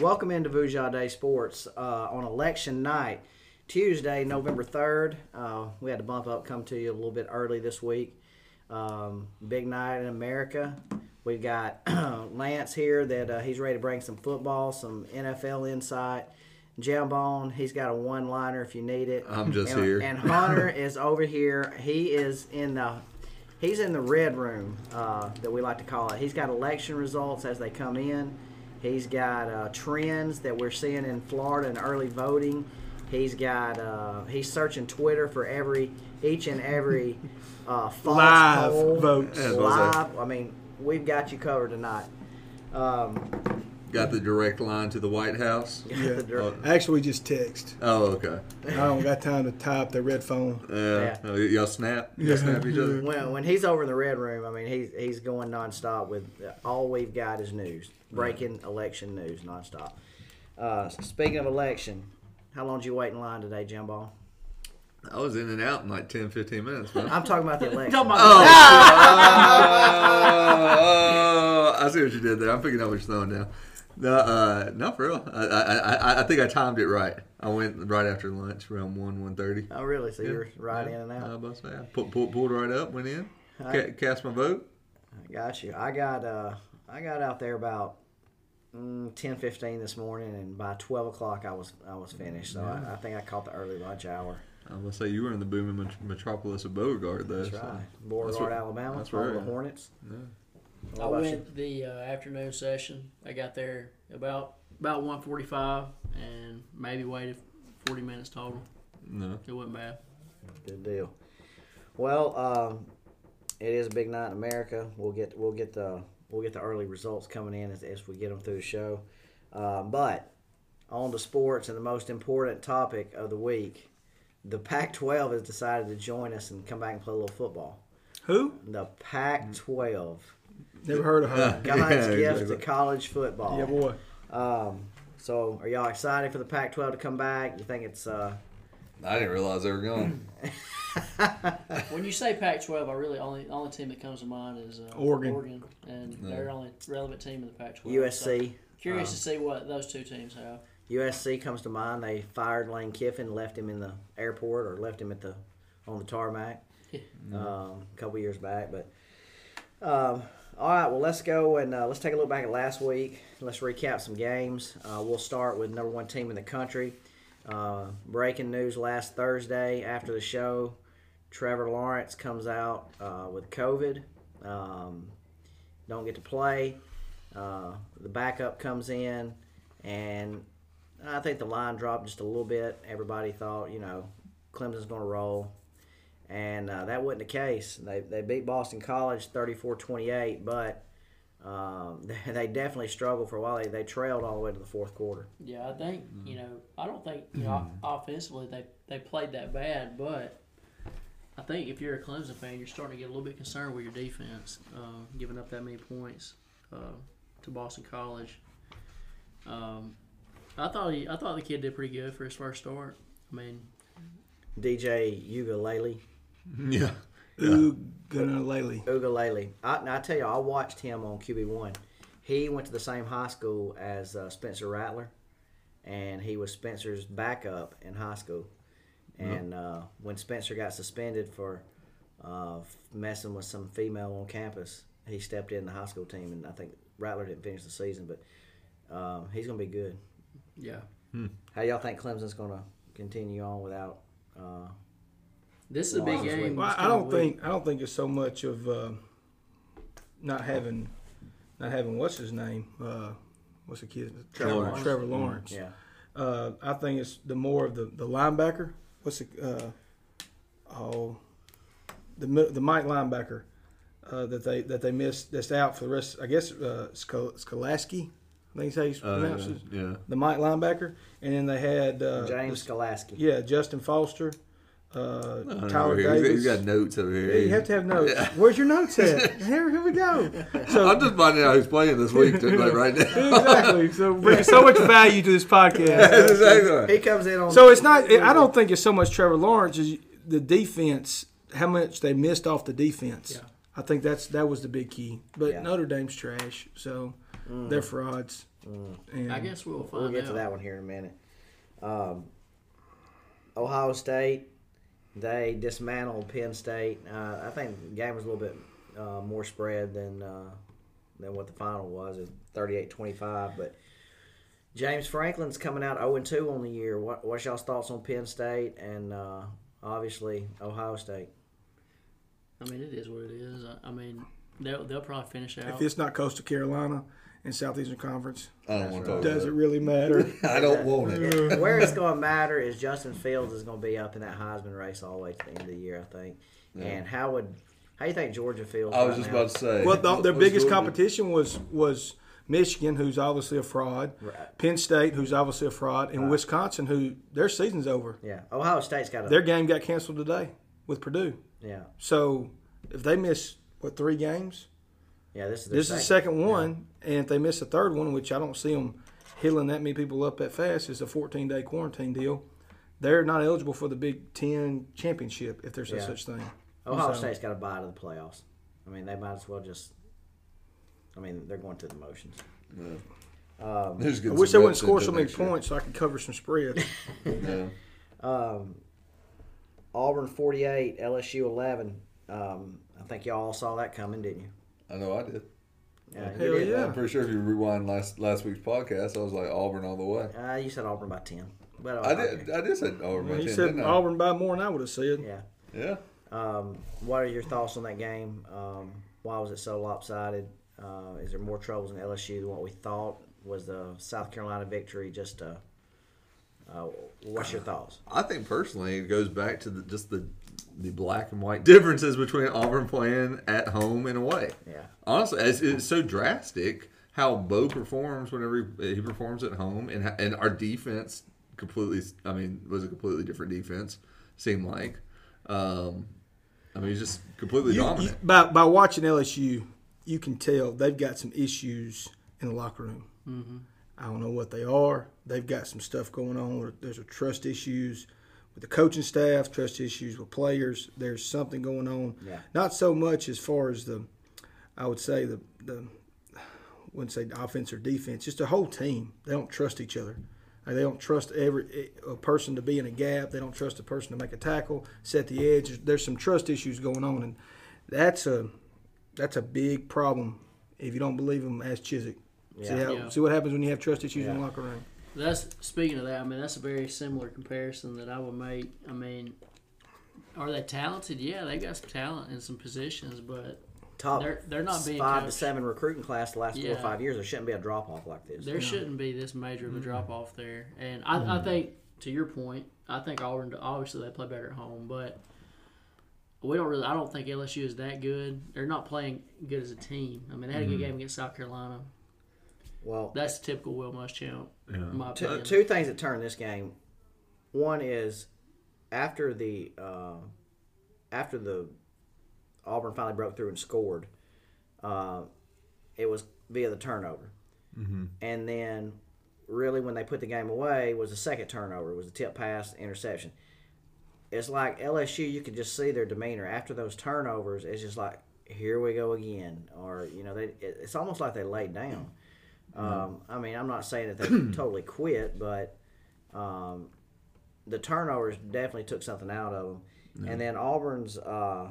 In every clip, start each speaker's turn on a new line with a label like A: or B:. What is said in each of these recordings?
A: Welcome into Vujade Sports uh, on election night, Tuesday, November 3rd. Uh, we had to bump up, come to you a little bit early this week. Um, big night in America. We've got Lance here that uh, he's ready to bring some football, some NFL insight. Jambone, he's got a one liner if you need it.
B: I'm just
A: and,
B: here.
A: And Hunter is over here. He is in the he's in the red room uh, that we like to call it. He's got election results as they come in. He's got uh, trends that we're seeing in Florida and early voting. He's got uh, he's searching Twitter for every each and every uh, false
C: Live
A: poll.
C: votes.
B: Yeah, that's what
A: Live. I mean, we've got you covered tonight. Um,
B: Got the direct line to the White House.
C: Yeah.
A: the-
C: Actually, just text.
B: Oh, okay.
C: I don't got time to type the red phone.
B: Yeah.
A: Yeah.
B: Uh, y'all snap. Y'all snap each other.
A: When, when he's over in the red room, I mean, he's he's going nonstop with all we've got is news, breaking election news nonstop. Uh, speaking of election, how long did you wait in line today, Jimbo?
B: I was in and out in like 10, 15 minutes. Man.
A: I'm talking about the election.
B: Oh, oh, I see what you did there. I'm picking up what you're throwing down. No, uh, no, for real. I, I, I, I think I timed it right. I went right after lunch, around one, one thirty.
A: oh, really? So you're right
B: Yeah.
A: in and
B: I
A: out.
B: must say, I pulled, pulled, pulled right up, went in, ca- cast my vote.
A: I got you. I got uh, I got out there about mm, ten fifteen this morning, and by twelve o'clock I was I was finished. So I, I think I caught the early lunch hour.
B: I must say, you were in the booming met- metropolis of Beauregard, though.
A: That's
B: so-
A: right,
B: That's
A: Beauregard,
B: where-
A: Alabama,
B: that's
A: home of
B: where-
A: the Hornets. What
D: I
A: about you?
D: went the uh, afternoon session. I got there about about one forty five and maybe waited forty minutes total.
B: No.
D: It wasn't bad.
A: Good deal. Well, um, it is a big night in America. We'll get we'll get the we'll get the early results coming in as, as we get them through the show. Uh, but on to sports and the most important topic of the week, the Pac-12 has decided to join us and come back and play a little football.
C: Who?
A: The Pac-12,
C: Never heard of her.
A: God's
B: Yeah,
A: gift to
B: exactly.
A: college football.
C: yeah, boy.
A: Um, so, are y'all excited for the Pac-12 to come back? You think it's uh,
B: I didn't realize they were gone.
D: When you say Pac twelve, I really only only team that comes to mind is uh,
C: Oregon.
D: Oregon, and they're the only relevant team in the Pac twelve.
A: USC?
D: curious to see what those two teams have.
A: USC comes to mind. They fired Lane Kiffin, left him in the airport or left him at the on the tarmac
D: Yeah.
A: um, a couple years back. But um, all right, well let's go and uh, let's take a look back at last week. Let's recap some games. Uh, we'll start with number one team in the country. Uh, breaking news last Thursday after the show, Trevor Lawrence comes out uh, with COVID. Um, don't get to play. Uh, the backup comes in, and I think the line dropped just a little bit. Everybody thought, you know, Clemson's going to roll, and uh, that wasn't the case. They, they beat Boston College 34-28, but um, they, they definitely struggled for a while. They, they trailed all the way to the fourth quarter.
D: Yeah, I think you know. I don't think you know, offensively they they played that bad, but I think if you're a Clemson fan, you're starting to get a little bit concerned with your defense, uh, giving up that many points uh, to Boston College. Um, I thought he, I thought the kid did pretty good for his first start. I mean,
A: DJ Ugalele,
B: yeah.
C: Uganalele.
A: Ugalele. I, I tell you, I watched him on QB1. He went to the same high school as uh, Spencer Rattler, and he was Spencer's backup in high school. And uh, when Spencer got suspended for uh, messing with some female on campus, he stepped in the high school team, and I think Rattler didn't finish the season, but um, he's going to be good.
D: yeah,
A: How y'all think Clemson's going to continue on without? Uh,
D: this is a big
A: Well,
D: game.
C: Well,
D: It's
C: I
D: kinda
C: don't
D: weird.
C: think I don't think it's so much of uh, not having not having what's his name uh, what's the kid
A: Trevor
B: Lawrence. Mm-hmm.
C: Trevor Lawrence.
A: yeah,
C: Uh, I think it's the more of the, the linebacker. What's the uh, oh the mi- the Mike linebacker uh, that they that they missed that's out for the rest. I guess uh, Skol- Skolaski. I think that's how you
B: Uh,
C: pronounce it.
B: yeah.
C: The Mike linebacker, and then they had uh,
A: James
C: this-
A: Skolaski.
C: yeah Justin Foster, uh,
B: I don't know
C: Tyler
B: over here. He's got-
C: Davis.
B: He's got notes over here.
C: Yeah, you have to have notes.
B: Yeah.
C: Where's your notes at? here, here we go. So
B: I'm just finding out who's playing this week, too, like right now.
C: exactly. So bringing so much value to this podcast.
B: exactly. right.
A: He comes in on
C: So it's not. I don't think it's so much Trevor Lawrence as the defense. How much they missed off the defense.
D: Yeah.
C: I think that's that was the big key. But
A: Yeah.
C: Notre Dame's trash. So They're frauds. And
D: I guess we'll find
A: We'll get
D: out.
A: to that one here in a minute. Um, Ohio State, they dismantled Penn State. Uh, I think the game was a little bit uh, more spread than uh, than what the final was, is 38-25. But James Franklin's coming out 0-2 on the year. What, what's y'all's thoughts on Penn State and uh, obviously Ohio State?
D: I mean, it is what it is. I- I mean, they'll they'll probably finish out.
C: if it's not Coastal Carolina and Southeastern Conference,
B: I don't want to talk
C: does it
B: about
C: really matter?
B: it. I don't want it.
A: Where it's going to matter is Justin Fields is going to be up in that Heisman race all the way to the end of the year, I think. And how would how you think Georgia feels?
B: I was
A: right
B: just
A: now?
B: about to say.
C: well, the, their
B: what's
C: biggest
B: Georgia-
C: competition was was Michigan, who's obviously a fraud,
A: Right.
C: Penn State, who's obviously a fraud, and Wisconsin, who their season's over.
A: Yeah, Ohio State's got a
C: Their game got canceled today with Purdue.
A: yeah
C: So if they miss what three games,
A: yeah. This is their
C: this is the second one, and if they miss a third one, which I don't see them healing that many people up that fast, is a 14 day quarantine deal. They're not eligible for the Big Ten championship if there's a
A: Yeah.
C: such thing.
A: Ohio
C: so-
A: State's got a bye to the playoffs. I mean, they might as well just. I mean, they're going through the motions.
B: There's
C: I
B: good
C: wish they
B: some
C: wouldn't
B: reps
C: score
B: into
C: so many
B: next year.
C: points so I could cover some spreads.
B: No.
A: Auburn forty-eight, LSU eleven. Um, I think y'all all saw that coming, didn't you?
B: I know I did.
A: Yeah, you
C: Hell
A: did.
C: yeah.
B: I'm pretty sure if you rewind last last week's podcast, I was like Auburn all the way.
A: Uh, you said Auburn by ten, but uh,
B: I did. I did say Auburn. by
C: he
B: 10,
C: said
B: didn't I?
C: Auburn by more than I would have said.
A: Yeah.
B: Yeah.
A: Um, what are your thoughts on that game? Um, why was it so lopsided? Uh, is there more troubles in LSU than what we thought? Was the South Carolina victory just a? Uh, what's your thoughts?
B: I think personally, it goes back to the, just the the black and white differences between Auburn playing at home and away.
A: Yeah.
B: Honestly, it's, it's so drastic how Bo performs whenever he, he performs at home, and ho- and our defense completely. I mean, was a completely different defense. Seemed like. Um, I mean, he's just completely
C: You-
B: dominant.
C: you- by, by watching LSU, you can tell they've got some issues in the locker room. I don't know what they are. They've got some stuff going on. Where there's a trust issues with the coaching staff, trust issues with players. There's something going on.
A: Yeah.
C: Not so much as far as the, I would say the the, wouldn't say offense or defense. Just the whole team. They don't trust each other. Like, they don't trust every eh, a person to be in a gap. They don't trust a person to make a tackle, set the edge. There's some trust issues going on, and that's a that's a big problem. If you don't believe them, ask Chiswick. See,
A: Yeah.
C: how,
D: Yeah.
C: see what happens when you have trust issues in
A: Yeah.
C: the locker room.
D: That's speaking of that. I mean, that's a very similar comparison that I would make. I mean, are they talented? Yeah, they got some talent in some positions, but
A: Top
D: They're- they're not being
A: five to
D: coached.
A: seven recruiting class the last four
D: Yeah.
A: or five years. There shouldn't be a drop off like this.
D: there shouldn't be this major of a drop off there. And I, I think to your point, I think Auburn obviously they play better at home, but we don't really. I don't think LSU is that good. They're not playing good as a team. I mean, they had a good game against South Carolina.
A: Well,
D: That's typical Will Muschamp. in my
A: two, uh,
D: opinion.
A: two things that turned this game. One is after the uh, after the Auburn finally broke through and scored, uh, it was via the turnover, and then really when they put the game away was the second turnover. It was the tip pass interception. It's like LSU. You could just see their demeanor after those turnovers. It's just like here we go again, or you know, they, it, it's almost like they laid down.
D: Mm-hmm.
A: Um, I mean, I'm not saying that they totally quit, but um, the turnovers definitely took something out of them. And then Auburn's, uh,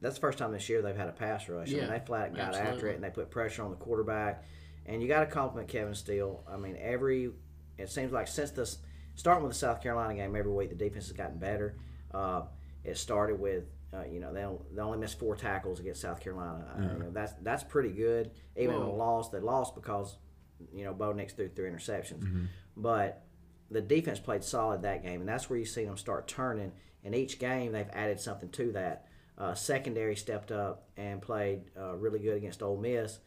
A: that's the first time this year they've had a pass rush. I mean,
D: Yeah,
A: they flat out got after
D: absolutely.
A: it and they put pressure on the quarterback. And you got to compliment Kevin Steele. I mean, every, it seems like since this, starting with the South Carolina game every week, the defense has gotten better. Uh, it started with, uh, you know, they, on- they only missed four tackles against South Carolina. I- you know, that's that's pretty good. Even in a
D: Well-
A: loss, they lost because, you know, Bo Nix threw three interceptions. But the defense played solid that game, and that's where you see them start turning. And each game, they've added something to that. Uh, secondary stepped up and played uh, really good against Ole Miss.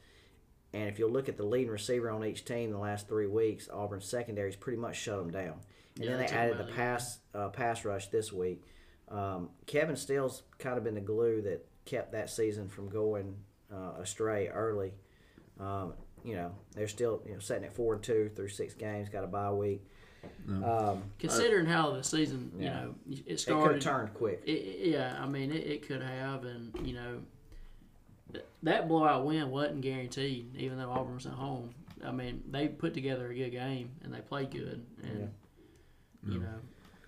A: And if you look at the leading receiver on each team the last three weeks, Auburn's secondary's pretty much shut them down. And then
D: Yeah, they
A: they
D: took 'em
A: added
D: out
A: the
D: of the
A: pass uh, pass rush this week. Um, Kevin Steele's kind of been the glue that kept that season from going uh, astray early. Um, you know, they're still you know sitting at four and two through six games, got a bye week. Um,
D: Considering how the season,
A: Yeah.
D: you know, it
A: it could
D: started.
A: have turned quick.
D: It, yeah, I mean, it, it could have, and you know, that blowout win wasn't guaranteed, even though Auburn's at home. I mean, they put together a good game and they played good, and you know,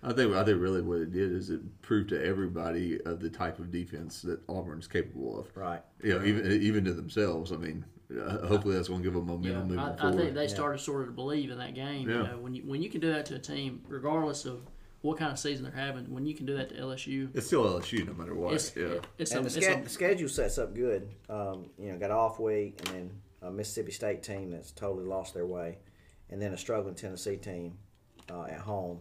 B: I think I think really what it did is it proved to everybody of the type of defense that Auburn's capable of.
A: Right.
B: You know, even even to themselves. I mean, uh, hopefully that's going to give them momentum moving
D: yeah, I, I
B: forward.
D: think they started sort of to believe in that game. You
B: Yeah.
D: know, when you when you can do that to a team, regardless of what kind of season they're having, when you can do that to LSU,
B: it's still LSU, no matter what.
D: it's
B: yeah.
D: it's, a,
A: and the,
D: it's
A: ske-
D: a-
A: the schedule sets up good. Um, you know, got an off week, and then a Mississippi State team that's totally lost their way, and then a struggling Tennessee team uh, at home,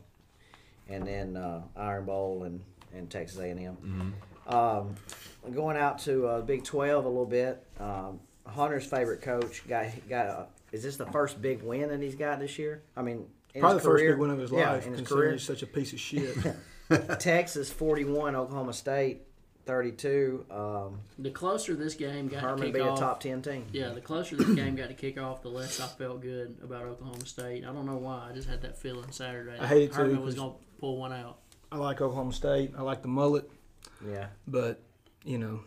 A: and then uh, Iron Bowl and, and Texas A and M.
C: Mm-hmm.
A: Um, Going out to uh, Big Twelve a little bit. Um, Hunter's favorite coach got got. A, is this the first big win that he's got this year? I mean, in
C: Probably
A: his
C: the first
A: career?
C: big win of his
A: Yeah,
C: life,
A: in his
C: considering
A: career.
C: he's such a piece of shit.
A: Texas forty-one, Oklahoma State thirty-two. Um,
D: the closer this game got
A: Herman
D: to
A: be
D: kick
A: a
D: off,
A: top ten team.
D: yeah, the closer this game got to kick off, the less I felt good about Oklahoma State. I don't know why. I just had that feeling Saturday.
C: I hate it too,
D: Herman was
C: 'cause-
D: gonna pull one out.
C: I like Oklahoma State. I like the mullet,
A: Yeah.
C: but you know,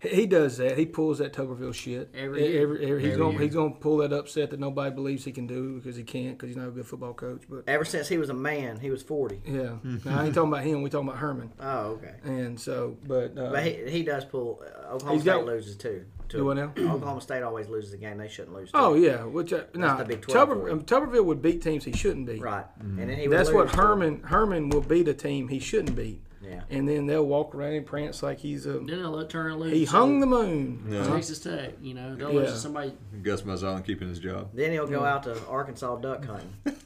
C: he, he does that. He pulls that Tuberville shit
D: Every
C: E-
D: year.
C: he's
B: Every
C: gonna
B: year.
C: he's gonna pull that upset that nobody believes he can do because he can't because he's not a good football coach. But
A: Ever since he was a man, he was 40.
C: yeah, now, I ain't talking about him. We talking about Herman.
A: Oh, okay.
C: And so, but, uh,
A: But he, he does pull. Uh, Oklahoma
C: He's
A: State
C: got-
A: loses too. To,
C: Do what now?
A: Oklahoma State always loses a game they shouldn't lose. To.
C: oh yeah, which uh, no,
A: the Big 12 for
C: Tuber,
A: you.
C: um, Tuberville would beat teams he shouldn't beat.
A: right. And then he would
C: Mm-hmm. That's what
A: lose to-
C: Herman Herman will beat a team he shouldn't beat.
A: Yeah.
C: And then they'll walk around and prance like he's a
D: Then I let Turner lose.
C: he
D: to
C: hung the moon. Huh?
D: Texas Tech. You know, they'll lose to
C: Yeah.
D: somebody.
B: Gus Malzahn keeping his job.
A: Then he'll
C: Mm.
A: go out to Arkansas duck hunting.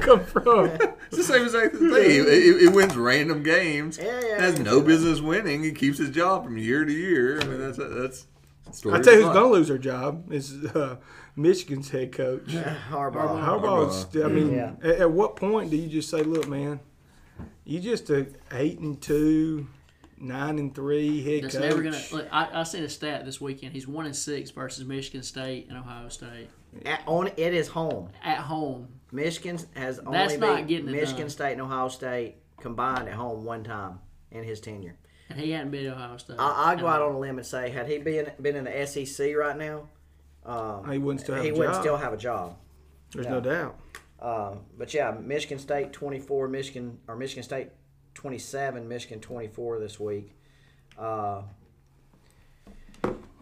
C: come from?
B: It's the same exact thing. He, he, he wins random games.
A: Yeah, yeah,
B: Has
A: I
B: no business winning. He keeps his job from year to year. I mean, that's that's. Story
C: I tell you
B: of
C: who's
B: life.
C: gonna lose their job is uh, Michigan's head coach. Oh,
A: Harbaugh.
C: Harbaugh's. I mean,
A: Yeah.
C: at, at what point do you just say, "Look, man, you just a eight and two, nine and three head
D: That's
C: coach"?
D: never gonna. Look, I, I seen a stat this weekend. He's one and six versus Michigan State and Ohio State
A: At, on it is home.
D: at home.
A: Michigan has only
D: That's not
A: beat
D: getting it
A: Michigan
D: done.
A: State and Ohio State combined at home one time in his tenure.
D: And he hadn't been to Ohio State.
A: I, I'll
D: at
A: go out
D: home.
A: on a limb and say, had he been been in the SEC right now, um,
C: He wouldn't still have
A: he
C: a
A: wouldn't
C: job.
A: still have a job.
C: There's no doubt.
A: Um, but yeah, Michigan State 24, Michigan or Michigan State 27, Michigan 24 this week. Uh,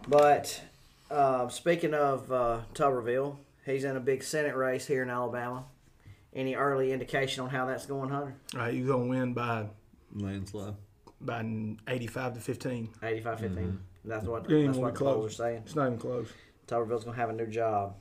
A: but uh, speaking of uh, Tuberville, he's in a big Senate race here in Alabama. Any early indication on how that's going, Hunter?
C: Uh, you're gonna win by
B: landslide.
C: by eighty-five to fifteen.
A: 85 15. That's what,
C: It ain't
A: that's
C: gonna
A: what the polls
C: be close.
A: are saying.
C: It's not even close,
A: Tuberville's going to have a new job.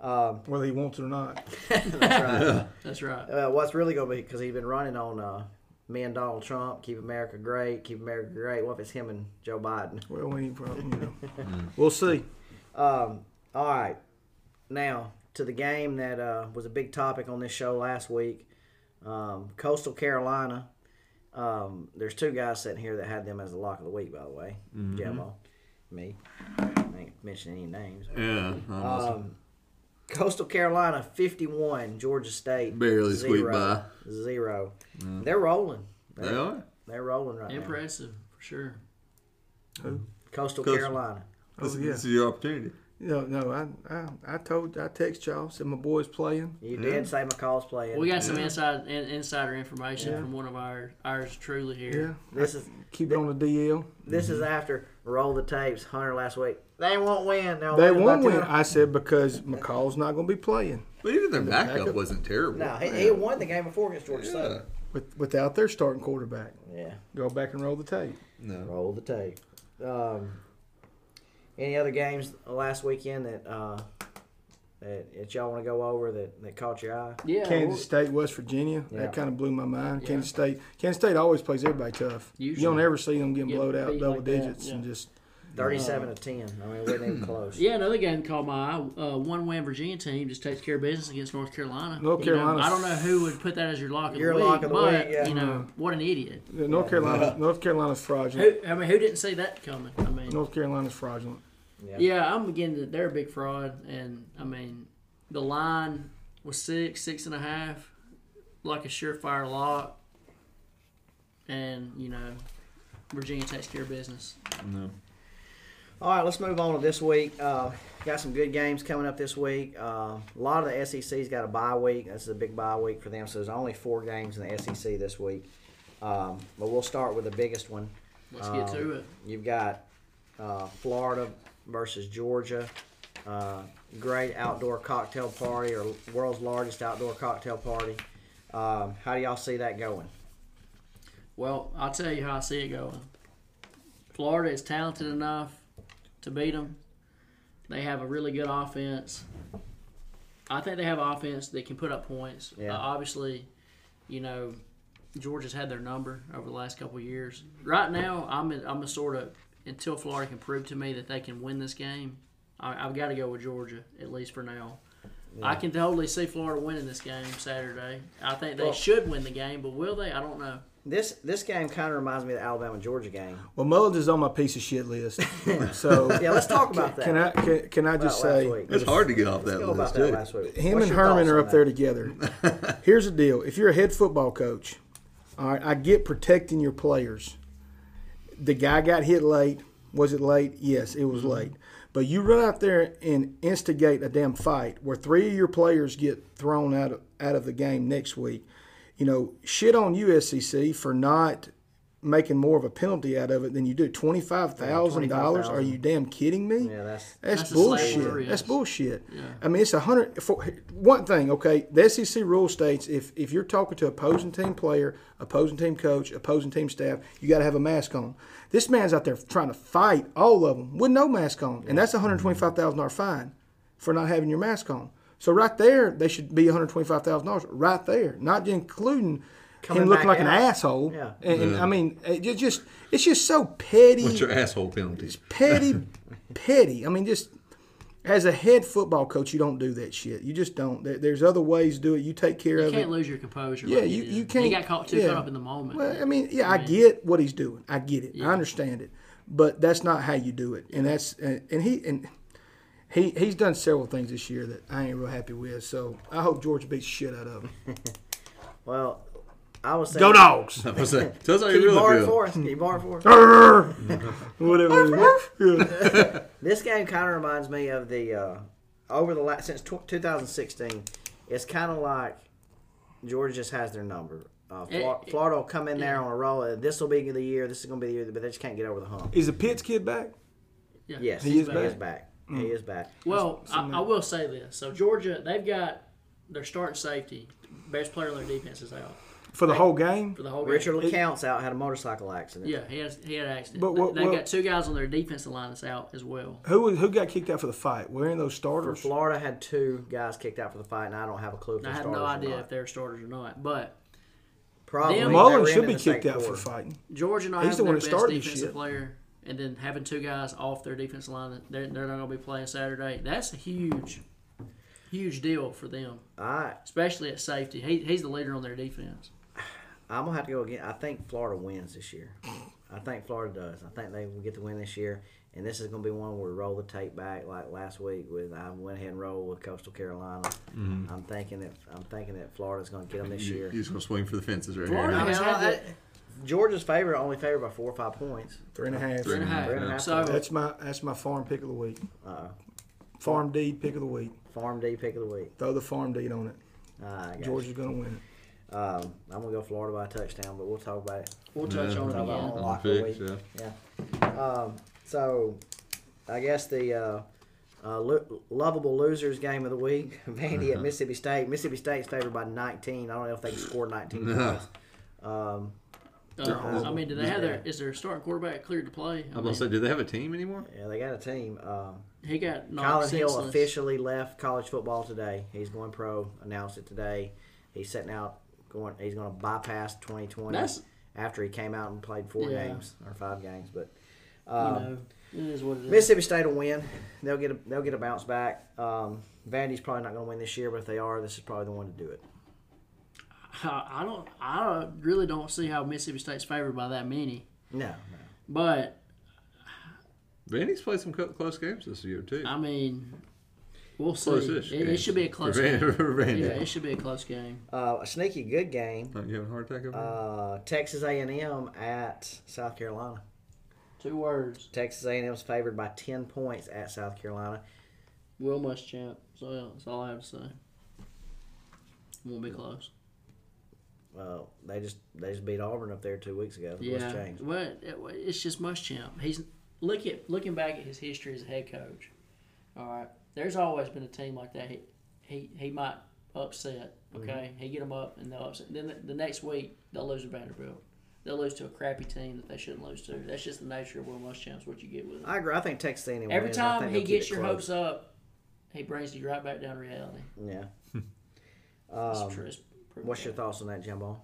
A: Um,
C: whether he wants it or not.
D: That's right.
A: Uh, what's really going to be because he's been running on uh, me and Donald Trump, keep America great, keep America great. What if it's him and Joe Biden?
C: Well, we ain't problem. You know, we'll see.
A: Um, all right, now to the game that uh, was a big topic on this show last week. Um, Coastal Carolina. Um, there's two guys sitting here that had them as the lock of the week, by the way.
B: Mm-hmm.
A: Jamo, me. I ain't mentioning any names.
B: Yeah, almost.
A: Um, Coastal Carolina 51, Georgia State
B: Barely squeaked
A: zero,
B: by.
A: zero. They're rolling.
B: they are.
A: They're rolling right now.
D: Impressive for sure.
A: Coastal
B: Coast-
A: Carolina.
C: Oh
B: This,
C: yeah.
B: this is your opportunity.
C: No, no. I, I, I told, I text y'all. Said my boy's playing.
A: You did say McCall's playing.
D: We got some inside in, insider information
C: Yeah.
D: from one of our ours truly
C: Yeah.
D: here.
A: this is
C: Keep it on the DL.
A: this is
C: Mm-hmm.
A: after roll the tapes. Hunter last week. They won't win. They'll
C: They
A: by
C: won't win.
A: time-
C: I said because McCall's not going to be playing
B: But even their backup,
C: backup-
B: wasn't terrible.
A: No, he, he won the game before against Georgia
B: yeah.
A: State.
C: with, without their starting quarterback.
A: Yeah,
C: Go back and roll the tape.
B: No.
A: roll the tape. Um, any other games last weekend that uh, that, that y'all want to go over that, that caught your eye?
D: Yeah.
C: Kansas State, West Virginia.
A: Yeah.
C: That kind of blew my mind.
D: Yeah.
C: Kansas State. Kansas State always plays everybody tough.
D: Usually.
C: You don't ever see them getting
D: Get
C: blowed out
D: beat
C: double
D: like that,
C: digits and
D: yeah.
C: just
A: Thirty-seven to ten. I mean, it wasn't even close.
D: Yeah, another game caught my eye. Uh, one win Virginia team just takes care of business against North Carolina.
C: North
D: You know,
C: Carolina's-
D: I don't know who would put that as your lock of
A: Your
D: the week,
A: lock of the week,
D: but
A: yeah.
D: you know what an idiot.
C: North Carolina. North Carolina's fraudulent.
D: Who I mean, who didn't see that coming? I mean,
C: North Carolina's fraudulent.
D: Yeah, I'm beginning to. They're a big fraud, and I mean, the line was six, six and a half, like a surefire lock. And you know, Virginia takes care of business.
B: No.
A: All right, let's move on to this week. Uh, got some good games coming up this week. Uh, a lot of the SEC's got a bye week. This is a big bye week for them, so there's only four games in the SEC this week. Um, but we'll start with the biggest one.
D: Let's get to it.
A: You've got uh, Florida versus Georgia. Uh, great outdoor cocktail party, or world's largest outdoor cocktail party. Um, how do y'all see that going?
D: Well, I'll tell you how I see it going. Florida is talented enough to beat them. They have a really good offense. I think they have offense that can put up points.
A: Yeah.
D: Uh, obviously, you know, Georgia's had their number over the last couple of years. Right now, I'm in, I'm a sort of until Florida can prove to me that they can win this game, I, I've got to go with Georgia at least for now. I can totally see Florida winning this game Saturday. I think they
A: Well-
D: should win the game, but will they? I don't know.
A: This this game kind of reminds me of the Alabama Georgia game.
C: Well, Mullins is on my piece of shit list. So
A: Yeah, let's talk about that.
C: can I can, can I just
A: About last
C: say
A: week.
B: It's hard to get off that
A: Let's go
B: list,
A: about
B: too.
A: that last week.
C: him
A: What's
C: and
A: your
C: Herman
A: thoughts
C: are
A: on
C: up there
A: that?
C: together. Here's the deal: if you're a head football coach, all right, I get protecting your players. The guy got hit late. Was it late? Yes, it
A: Mm-hmm.
C: was late. But you run out there and instigate a damn fight where three of your players get thrown out of, out of the game next week. You know, shit on USCC for not making more of a penalty out of it than you do. Twenty five thousand dollars? Are you damn kidding me?
A: Yeah, that's
C: That's,
D: That's a slave
C: bullshit.
D: warrior.
C: That's bullshit. I mean, it's a hundred. For, one thing, okay. The SEC rule states if if you're talking to opposing team player, opposing team coach, opposing team staff, you got to have a mask on. This man's out there trying to fight all of them with no mask on, and that's a hundred twenty five thousand dollar fine for not having your mask on. So right there, they should be one hundred twenty five thousand dollars right there, not including.
A: Coming
C: him looking
A: back
C: like an
A: out.
C: asshole,
A: Yeah.
C: and, and I mean, it ju- just it's just so petty
B: What's your asshole penalties?
C: petty, petty. I mean, just as a head football coach, you don't do that shit. You just don't. There, there's other ways to do it. You take care
D: You
C: of
D: can't
C: it.
D: lose your composure.
C: Yeah,
D: like
C: you,
D: did.
C: you can't.
D: He got caught too
C: yeah.
D: caught up in the moment.
C: Well, I mean, yeah, I get what he's doing. I get it. I understand it. But that's not how you do it. And that's and, and he and he he's done several things this year that I ain't real happy with. So I hope Georgia beats the shit out of him.
A: well. I was saying.
C: Go dogs.
B: I was like, Tell us how you
A: Can you
B: really
A: borrow it
B: feel.
A: for us? Can you borrow it for us?
C: Whatever. it is. Yeah.
A: This game kind of reminds me of the uh, over the last since tw 2016. It's kind of like Georgia just has their number. Uh, Fla-
D: It- it-
A: Florida will come in there on a roll. This will be the year. This is going to be the year, but they just can't get over the hump.
C: Is the Pitts kid back?
D: yeah.
A: Yes,
C: He is
A: he is
C: back. Mm.
A: back. He is back.
D: Well, I, I will say this. So Georgia, they've got their starting safety, best player on their defense is out
C: For the whole game?
D: for the whole
A: Richard
D: game.
A: LeCount's out had a motorcycle accident.
D: Yeah, he has he had an accident.
C: But what-
D: they've
C: what-
D: got two guys on their defensive line that's out as well.
C: Who was- who got kicked out for the fight? Were any of those starters?
A: Florida had two guys kicked out for the fight, and I don't have a clue. If
D: And I
A: they're
D: have no
A: starters or
D: idea
A: not.
D: if they're starters or not. But
A: Probably
D: Them-
A: they were
C: Mullen
A: in
C: should
A: in
C: be
A: the
C: kicked
A: second
C: out for
A: quarter.
C: fighting.
D: Georgia not
C: He's the
D: having
C: one
D: their
C: that
D: best
C: started this
D: defensive
C: shit.
D: player, and then having two guys off their defensive line that they're, they're not going to be playing Saturday. That's a huge, huge deal for them,
A: I
D: especially at safety. He, he's the leader on their defense.
A: I'm gonna have to go again. I think Florida wins this year. I think Florida does. I think they will get the win this year. And this is gonna be one where we roll the tape back like last week with I went ahead and rolled with Coastal Carolina. I'm thinking that I'm thinking that Florida's gonna get them this
B: You-
A: year.
B: You're just gonna swing for the fences right
D: Florida
A: I mean,
D: has
A: I-
D: had
A: I- Georgia's favorite only favored by four or five points.
C: Three and a half.
D: Three and a half.
A: Three and a half.
D: So
C: That's my that's my farm pick of the week.
A: Uh,
C: Farm deed pick of the week.
A: farm D pick of the week.
C: Throw the farm deed on it.
A: Uh, I got you.
C: Georgia's gonna win it.
A: Um, I'm gonna go Florida by a touchdown, but we'll talk about it.
D: we'll touch
B: Yeah.
D: on it
A: Talk about
D: again.
A: it on
B: On
A: lock
B: picks,
A: the week. Yeah. Um, so, I guess the uh, uh, lo- lovable losers game of the week, Vandy at Mississippi State. Mississippi State's favored by 19. I don't know if they can score 19 points. Um,
D: Uh, I mean, do they have their is their starting quarterback cleared to play? I
B: I'm gonna
D: mean,
B: say, do they have a team anymore?
A: yeah, they got a team. Um,
D: he got knocked
A: Colin Hill
D: Oh, senseless.
A: officially left college football today. He's going pro. Announced it today. He's setting out going. He's going to bypass 2020
D: That's-
A: after he came out and played four
D: Yeah.
A: games or five games. But
D: You
A: um,
D: know, it is what it is.
A: Mississippi State will win. They'll get a they'll get a bounce back. Um, Vandy's probably not going to win this year, but if they are, this is probably the one to do it.
D: I I don't. I don't- really don't see how Mississippi State's favored by that many.
A: No, no.
D: But
B: Vandy's played some co- close games this year too.
D: I mean, we'll see.
B: Close-ish
D: It, it
B: games.
D: should be a close
B: For Van-
D: game.
B: for Vandy.
D: Yeah, it should be a close game.
A: Uh, a sneaky good game.
B: Aren't you having a heart attack over
A: Uh, Texas A and M at South Carolina.
D: Two words.
A: Texas A&M's favored by 10 points at South Carolina.
D: Will Muschamp. So yeah, that's all I have to say. Won't be close.
A: Uh, they just they just beat Auburn up there two weeks ago. What's
D: yeah,
A: changed?
D: well, it- it's just Muschamp. He's look at looking back at his history as a head coach. All right, there's always been a team like that. He he, he might upset.
A: Mm-hmm.
D: Okay, he get them up and they'll upset. Then the, the next week they'll lose to Vanderbilt. They'll lose to a crappy team that they shouldn't lose to. That's just the nature of Will Muschamp's what you get with him.
A: I agree. I think Texas A&M wins.
D: Every
A: I
D: time
A: think
D: he
A: they'll keep
D: gets
A: it
D: your
A: close.
D: hopes up, he brings you right back down to reality.
A: Yeah.
D: It's
A: Um,
D: true. It's pretty
A: what's your
D: bad.
A: thoughts on that, Jimbo?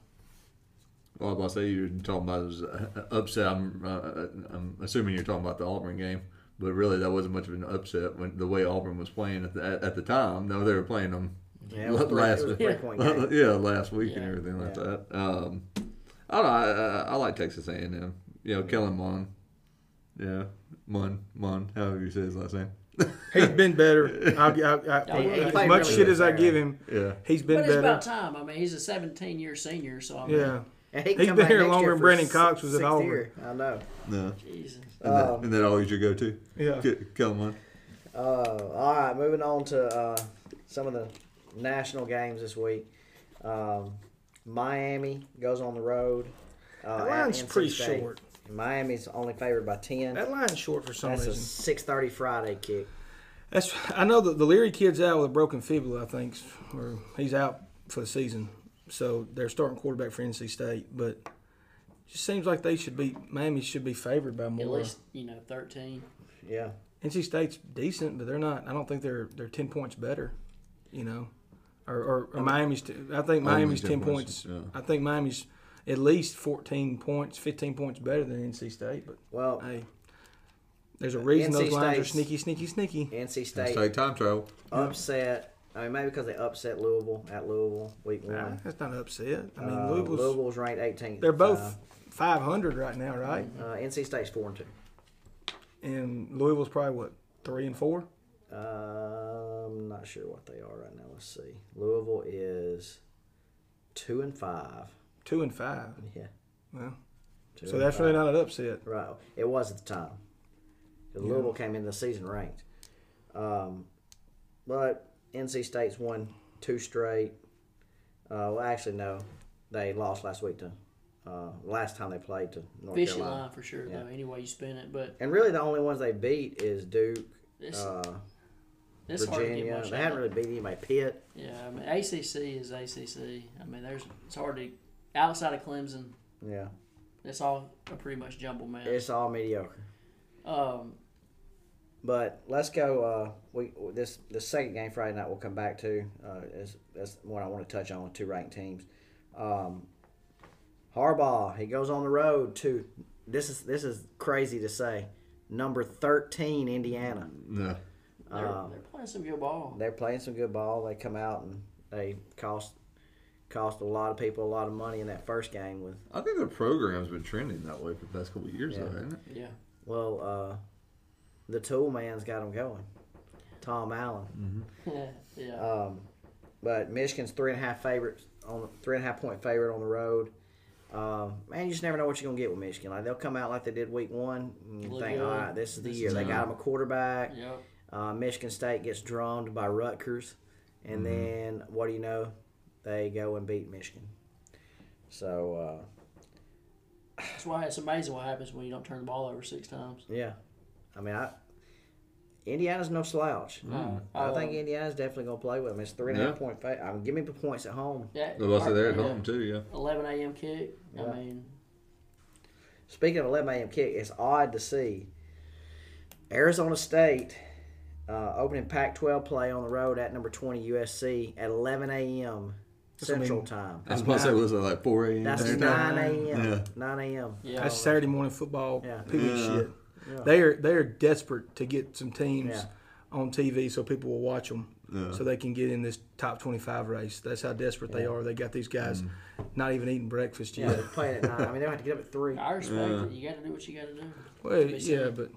B: Well, I was about to say you're talking about this uh, upset. I'm, uh, I'm assuming you're talking about the Auburn game, but really that wasn't much of an upset when the way Auburn was playing at the, at, at the time. No, they were playing them
A: Yeah, it was a three-
B: last
A: it was a
B: week.
A: three-point game.
B: yeah, last week and
D: Yeah.
B: everything like
A: Yeah.
B: that. Um, I don't know. I, I, I like Texas A&M. You know, Kellen Mond. Yeah, Mond, Mond. However you say his last name.
C: He's been better. I, I, I,
D: Oh, yeah, he
C: as
A: played
C: much
A: really
C: shit
A: good
C: as I
A: there.
C: give him,
B: Yeah.
C: he's been
D: But it's
C: better.
D: about time. I mean, he's a 17 year senior, so I mean,
C: yeah.
A: And he
C: He's
A: come
C: been
A: back
C: here
A: next
C: longer
A: year
C: than
A: for
C: Brandon
A: s-
C: Cox was at
A: sixth
C: Auburn.
A: year. I know.
B: No.
D: Jesus.
B: And, that,
A: Um,
B: and that always your go-to.
C: Yeah.
B: Ke- Kellen Mond.
A: Uh, all right, moving on to uh, some of the national games this week. Um, Miami goes on the road. Uh,
C: That
A: at
C: line's
A: NC
C: pretty
A: State.
C: short.
A: Miami's only favored by ten.
C: That line's short for some
A: That's a
C: reason.
A: six thirty Friday kick.
C: That's I know that the Leary kid's out with a broken fibula, I think, or he's out for the season. So they're starting quarterback for NC State, but it just seems like they should be Miami should be favored by
D: At
C: more.
D: least, you know, 13.
A: Yeah,
C: NC State's decent, but they're not. I don't think they're they're ten points better, you know, or, or, or Miami's. T- I think Miami's
B: 10
C: ten
B: points,
C: points.
B: yeah.
C: I think Miami's at least fourteen points, fifteen points better than NC State. But
A: well,
C: hey, there's a reason
A: NC
C: those lines are
A: State's-
C: sneaky, sneaky, sneaky.
A: NC
B: Let's
A: State
B: take time travel.
A: upset. I mean, maybe because they upset Louisville at Louisville week
C: Nah,
A: one.
C: that's not upset. I mean,
A: Uh,
C: Louisville's,
A: Louisville's ranked 18th.
C: they're both 500 right now, right?
A: Uh, NC State's four and two.
C: And Louisville's probably what three and four.
A: Uh, Um, I'm not sure what they are right now. Let's see. Louisville is two and five.
C: Two and five.
A: Yeah.
C: Well,
A: Two
C: so
A: and
C: that's
A: five.
C: really not an upset.
A: Right. It was at the time. 'Cause Louisville came into the season ranked. Um, but NC State's won two straight. Uh, well, actually, no. They lost last week to, uh, last time they played to North
D: Fishy
A: Carolina.
D: line for sure,
A: Yeah.
D: though, any way you spin it. But
A: And really, the only ones they beat is Duke,
D: it's,
A: uh,
D: it's hard to get
A: Virginia.
D: much
A: They
D: out
A: haven't
D: of
A: really beat anybody. Pitt.
D: Yeah, I mean, ACC is ACC. I mean, there's it's hard to, outside of Clemson,
A: Yeah.
D: it's all a pretty much jumble mess.
A: It's all mediocre.
D: Um,
A: But let's go. Uh, we this the second game Friday night. We'll come back to. Uh, is that's one I want to touch on with two ranked teams. Um, Harbaugh he goes on the road to this is this is crazy to say number thirteen Indiana.
B: No.
D: they're,
A: Um,
D: they're playing some good ball.
A: They're playing some good ball. They come out and they cost cost a lot of people a lot of money in that first game with
B: I think their program's been trending that way for the past couple of years,
A: Yeah.
B: though, hasn't it?
D: Yeah.
A: well uh, the tool man's got them going. Tom Allen.
D: yeah.
A: Um, but Michigan's three and a half favorites on three and a half point favorite on the road. Um, man, you just never know what you're gonna get with Michigan. Like they'll come out like they did week one, and you
D: Look
A: think,
D: good.
A: all right, this is the
D: This
A: year.
D: is
A: They
B: it.
A: got them a quarterback.
D: yep.
A: Uh, Michigan State gets drummed by Rutgers, and
D: Mm-hmm.
A: then what do you know? They go and beat Michigan. So uh,
D: That's why it's amazing what happens when you don't turn the ball over six times.
A: uh, yeah, I mean, I Indiana's no slouch.
B: Hmm.
D: Uh,
A: I
D: um,
A: think Indiana's definitely gonna play with them. It's three and a half
B: Yeah.
A: point. Fa- um, give me the points at home.
D: yeah,
B: Well, also they're at
D: yeah.
B: home too, yeah.
D: 11 a.m. kick.
A: Yeah.
D: I mean,
A: Speaking of 11 a.m. kick, it's odd to see Arizona State uh, opening Pac-12 play on the road at number 20 USC at 11 a.m.
C: That's what I
A: Central
C: mean.
A: Time.
B: I was about to say, was it like 4 a.m.?
A: That's
B: there?
A: 9 a.m.
B: Yeah.
A: 9 a.m.
D: yeah.
C: That's Saturday morning football
A: Yeah.
C: poo
B: Yeah.
C: shit.
A: Yeah.
C: They are they are desperate to get some teams
A: Yeah.
C: on TV so people will watch them,
B: Yeah.
C: so they can get in this top twenty five race. That's how desperate they are. They got these guys
A: Mm.
C: not even eating breakfast
A: Yeah,
C: yet.
A: they're playing at 9. I mean, they'll have to get up at 3.
D: I respect it. You got to do what you got to do.
C: Well,
D: They
C: yeah,
D: said-
C: but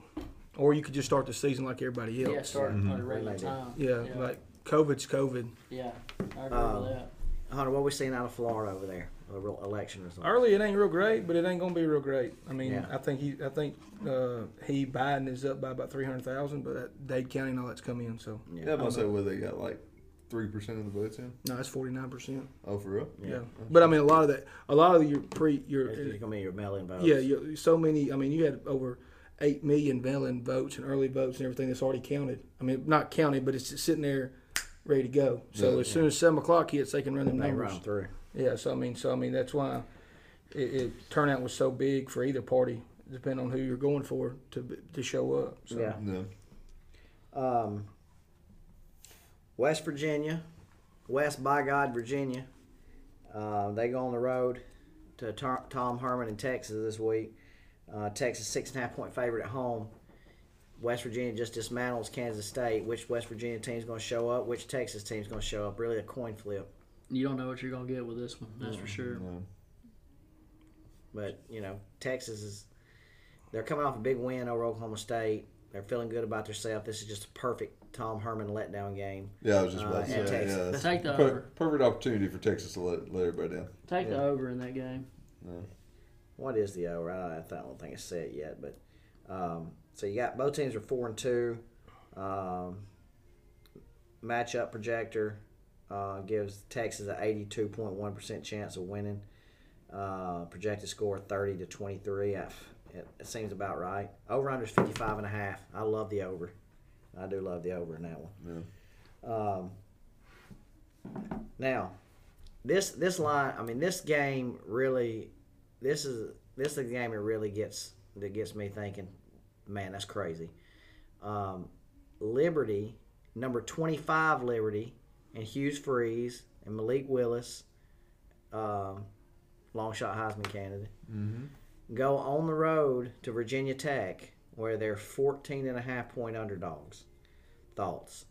C: or you could just start the season like everybody else.
A: Mm-hmm.
D: Yeah, start on a regular
A: Maybe.
D: time.
C: Yeah,
D: yeah.
C: like COVID's COVID.
D: yeah. I agree
A: Um,
D: with that.
A: Hunter, what we seeing out of Florida over there? A real election results.
C: Early, it ain't real great, but it ain't gonna be real great. I mean,
A: Yeah.
C: I think he, I think uh, he Biden is up by about three hundred thousand, but that Dade County and all that's come in, so
B: Yeah, but I say what they got like three percent of the votes in.
C: no, that's forty nine percent.
B: Oh, for real?
C: Yeah, but I mean, a lot of that, a lot of your pre, your
A: It's just gonna be your mail-in votes.
C: yeah, you, so many. I mean, you had over eight million mail-in votes and early votes and everything that's already counted. I mean, not counted, but it's just sitting there ready to go. So
B: Yeah.
C: as soon as seven o'clock hits, they can run them
A: they
C: numbers.
A: run 'em through.
C: Yeah, so I mean, so I mean, that's why it, it turnout was so big for either party, depending on who you're going for to b- to show up. So
A: Yeah.
B: No.
A: Um, West Virginia, West by God, Virginia. Uh, they go on the road to Tom, Tom Herman in Texas this week. Uh, Texas six and a half point favorite at home. West Virginia just dismantles Kansas State. Which West Virginia team's going to show up? Which Texas team's going to show up? Really a coin flip.
D: You don't know what you're gonna get with this one. That's
B: Mm-hmm.
D: for sure.
B: No.
A: But you know, Texas is they're coming off a big win over Oklahoma State. They're feeling good about themselves. This is just a perfect Tom Herman letdown game.
B: Yeah, I was just
A: Uh,
B: about
A: yeah,
B: to say.
A: Texas.
B: Yeah, that's
D: Take the
B: per-
D: over.
B: perfect opportunity for Texas to let, let everybody down.
D: Take
A: Yeah.
D: the over in that game.
A: What is the over? I don't, I don't think it's set yet, but um, so you got both teams are four and two. Um, matchup projector uh, gives Texas a eighty-two point one percent chance of winning. Uh, projected score thirty to twenty-three. I, it, it seems about right. Over under is fifty-five and a half. I love the over. I do love the over in that one.
B: Yeah.
A: Um, now, this this line, I mean, this game really, this is this is the game that really gets that gets me thinking. Man, that's crazy. Um, Liberty, number twenty five, Liberty, and Hughes Freeze and Malik Willis, um, long shot Heisman candidate, go on the road to Virginia Tech, where they're 14 and a half point underdogs. Thoughts?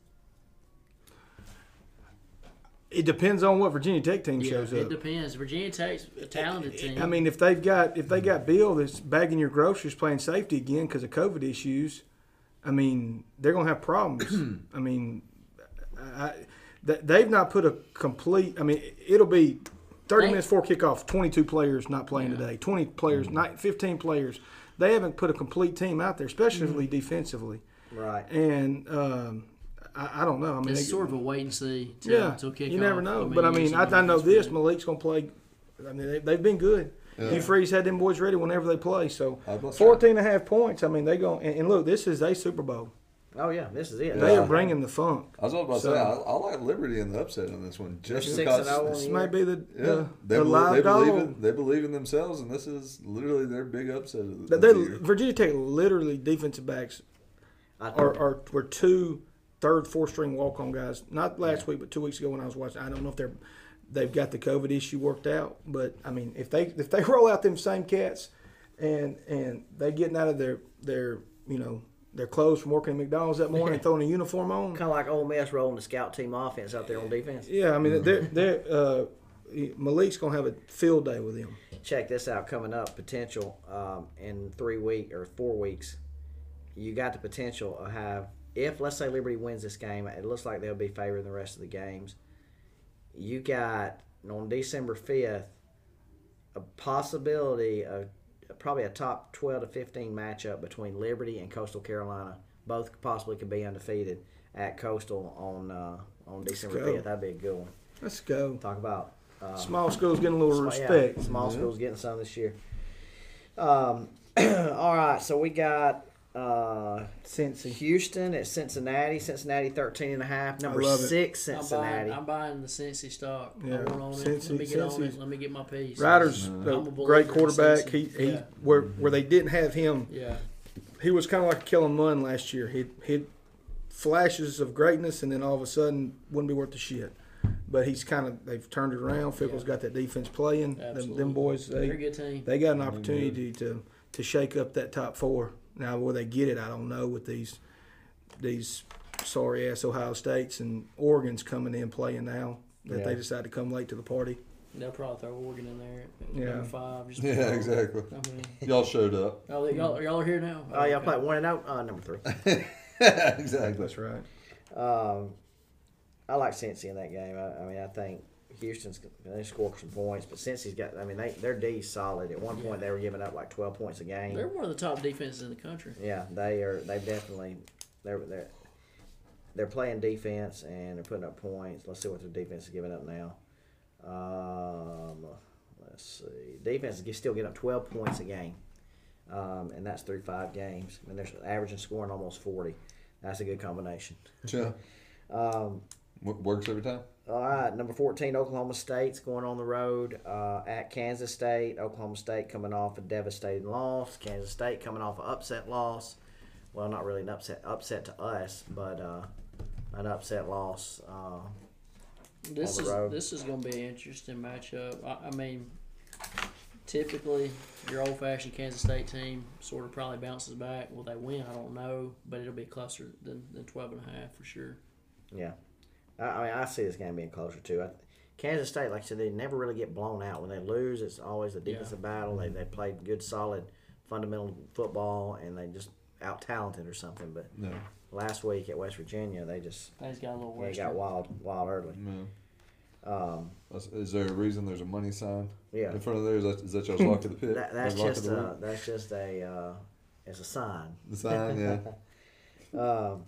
C: it depends on what Virginia Tech team
D: Yeah,
C: shows
D: it
C: up.
D: depends. Virginia Tech's a talented team.
C: I mean, if they've got if they got Bill that's bagging your groceries, playing safety again because of COVID issues, I mean they're gonna have problems. I mean, I, th- they've not put a complete. I mean, it'll be thirty
D: They-
C: minutes before kickoff. Twenty-two players not playing today. Twenty
D: Mm.
C: players, not fifteen players. They haven't put a complete team out there, especially
D: Mm.
C: defensively.
A: Right.
C: And um, I, I don't know. I mean,
D: it's
C: they-
D: sort of a wait and see. Till,
C: yeah,
D: till kickoff.
C: you never know. but I mean, I, I know this: Malik's gonna play. I mean, they, they've been good. Hugh Freeze had them boys ready whenever they play. So
B: I'd love to.
C: 14 and a half points. I mean, they go and, and look. This is a Super Bowl.
A: Oh yeah, this is it.
C: They
B: Yeah.
C: are bringing the funk.
B: I was about to
C: So-
B: say, I, I like Liberty in the upset on this one. Just
A: Six
B: because.
A: and oh on
C: This
A: the
C: may
A: year.
C: be the
B: Yeah,
C: the,
B: they,
C: the
B: believe,
C: live
B: they,
C: dog.
B: believe in, they believe in themselves, and this is literally their big upset of the,
C: They-
B: of
C: they-
B: the year.
C: Virginia Tech literally defensive backs
A: I think-
C: are, are were two third, fourth string walk on guys. Not last week, but two weeks ago when I was watching. I don't know if they're they've got the COVID issue worked out, but I mean, if they if they roll out them same cats and and they getting out of their their you know their clothes from working at McDonald's that morning, and throwing a uniform on,
A: Kind of like Ole Miss rolling the scout team offense out there on defense.
C: yeah, I mean, they're they're uh, Malik's gonna have a field day with him.
A: Check this out coming up potential um, in three week or four weeks. You got the potential of have if let's say Liberty wins this game, it looks like they'll be favored in the rest of the games. You got on December fifth a possibility of probably a top twelve to fifteen matchup between Liberty and Coastal Carolina. Both possibly could be undefeated at Coastal on uh, on December
C: go.
A: fifth. That'd be a good one.
C: Let's go.
A: Talk about uh,
C: Small schools getting a little
A: Sma- yeah,
C: respect.
A: small
D: Mm-hmm.
A: schools getting some this year. Um, all right, so we got uh,
C: Cincy.
A: Houston at Cincinnati. Cincinnati 13 and a half. Number
C: love it.
A: six,
D: I'm
A: Cincinnati.
D: buying, I'm buying the Cincy stock.
C: Yeah,
D: I want on it.
C: Cincy-
D: Let me get on
C: Cincy's-
D: it. Let me get my piece.
C: Ryder's
D: I'm
C: a
D: a
C: great
D: believer in
C: quarterback.
D: Cincy.
C: He, he
D: Yeah.
C: where where they didn't have him,
D: Yeah.
C: he was kind of like Kellen Munn last year. He he flashes of greatness, and then all of a sudden wouldn't be worth the shit. But he's kind of they've turned it around. Fickle's got that defense playing. Them,
D: Absolutely.
C: them boys
D: They're a
C: they
D: good team.
C: they got an opportunity to to shake up that top four. Now where they get it, I don't know with these these sorry ass Ohio States and Oregon's coming in playing now that
A: Yeah.
C: they decide to come late to the party.
D: They'll probably throw Oregon in there at
C: Yeah.
D: number five. Just
B: Yeah, exactly.
D: I mean,
B: Y'all showed up.
D: oh, they- y'all, y'all are here now.
A: oh, yeah, play one and out. Uh, number three.
B: exactly.
C: That's right.
A: Um, I like Cincy in that game. I, I mean, I think Houston's they scored some points, but since he's got, I mean, they their D solid. At one point, they were giving up like twelve points a game.
D: They're one of the top defenses in the country.
A: yeah, they are. They definitely they're they're they're playing defense and they're putting up points. Let's see what their defense is giving up now. Um, let's see, defense is still getting up twelve points a game, um, and that's through five games. And they're averaging scoring almost forty. That's a good combination.
B: Yeah.
A: Um,
B: W- works every time.
A: all right, number 14, Oklahoma State's going on the road uh, at Kansas State. Oklahoma State coming off a devastating loss. Kansas State coming off an upset loss. Well, not really an upset upset to us, but uh, an upset loss. Uh,
D: This
A: on
D: is
A: the road.
D: this is going to be an interesting matchup. I, I mean, typically your old-fashioned Kansas State team sort of probably bounces back. Will they win? I don't know, but it'll be closer than than twelve and a half for sure.
A: yeah. I, I mean, I see this game being closer, too. I, Kansas State, like I said, they never really get blown out. When they lose, it's always a defensive battle. They, they played good, solid, fundamental football, and they just out talented or something. But
B: No.
A: last week at West Virginia, they just.
D: They's got a little
A: Yeah, it
D: Western.
A: got wild, wild early.
B: No.
A: Um,
B: That's- Is there a reason there's a money sign
A: Yeah.
B: in front of there? Is that, is that y'all's lock of the pit?
A: that, that's
B: Y'all's lock of
A: just
B: the
A: a,
B: week?
A: that's just a uh, it's a sign,
B: the sign. Yeah.
A: um,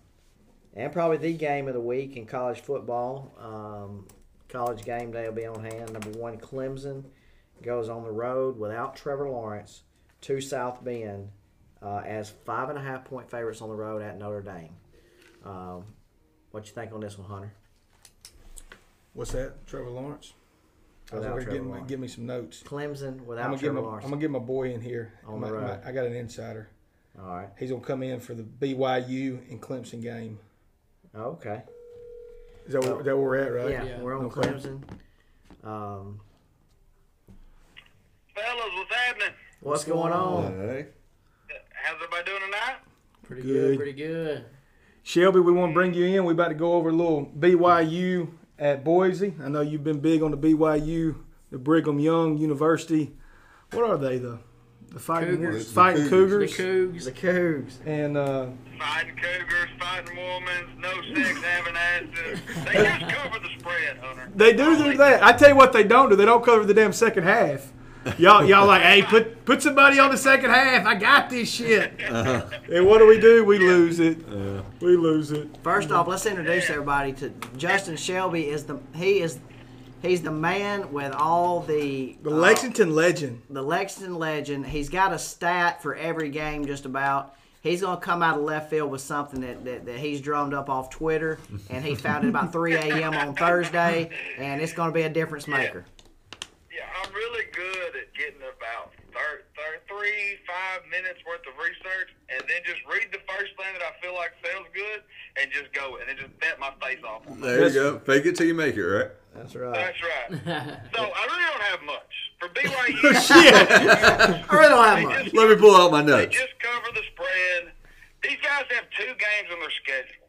A: and probably the game of the week in college football. Um, college game day will be on hand. Number one, Clemson goes on the road without Trevor Lawrence to South Bend uh, as five and a half point favorites on the road at Notre Dame. Um, what you think on this one, Hunter?
C: What's that? Trevor Lawrence. I was
A: Without
C: over here
A: Trevor
C: getting-
A: Lawrence.
C: give me some notes.
A: Clemson without
C: I'm gonna, give
A: Trevor
C: my,
A: Lawrence.
C: I'm gonna give my boy in here.
A: On
C: My-
A: the
C: my-
A: road.
C: I got an insider.
A: All right.
C: He's gonna come in for the BYU and Clemson game.
A: Okay.
C: Is that, where, that where we're at, right?
A: Yeah,
D: Yeah.
A: we're on
C: Okay.
A: Clemson. Um,
E: Fellas, what's happening?
A: what's, going on?
B: Hey.
E: How's everybody doing tonight?
D: Pretty good.
C: Good.
D: pretty good.
C: Shelby, we want to bring you in. We about to go over a little BYU at Boise. I know you've been big on the BYU, the Brigham Young University. What are they, the the fighting
D: Cougars.
C: Cougars? Fighting
B: The
D: The
C: Cougars.
D: Cougs.
A: The Cougs.
C: And uh,
E: Fighting cougars, fighting women, no sex, having asses. They just cover the spread, Hunter.
C: they do do that. I tell you what, they don't do. They don't cover the damn second half. Y'all, y'all like, hey, put put somebody on the second half. I got this shit. And what do we do? We lose it. We lose it.
A: First off, let's introduce everybody to Justin Shelby. Is the he is he's the man with all the
C: The
A: uh,
C: Lexington legend.
A: the Lexington legend. He's got a stat for every game, just about. He's gonna come out of left field with something that, that, that he's drummed up off Twitter, and he found it about 3 a.m. on Thursday, and it's gonna be a difference maker.
E: Yeah, I'm really good at getting about thir- thir- three, five minutes worth of research, and then just read the first thing that I feel like sounds good, and just go, and then just bet my face off. on it.
B: There you go. Fake it till you make it, right?
A: That's right.
E: That's right. So I really don't have much for BYU.
A: I really don't have much.
E: just-
B: Let me pull out my
E: They
B: nuts.
E: just cover the spread. These guys have two games on their schedule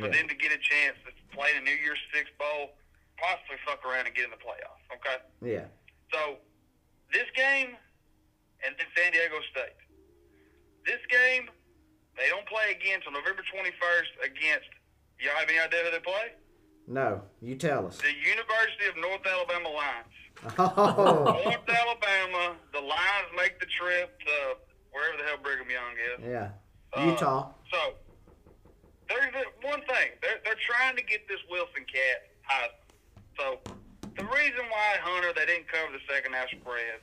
E: for them to get a chance to play in the New Year's Six Bowl, possibly fuck around and get in the playoffs. Okay,
A: Yeah.
E: so this game and then San Diego State. This game they don't play again until November 21st against. Y'all have any idea who they play?
A: No. You tell us.
E: The University of North Alabama Lions.
A: Oh.
E: North Alabama. The Lions make the trip to wherever the hell Brigham Young is.
A: Yeah.
E: Uh,
A: Utah.
E: So there's the- one thing they're they're trying to get this Wilson cat. High. So the reason why Hunter they didn't cover the second half spread,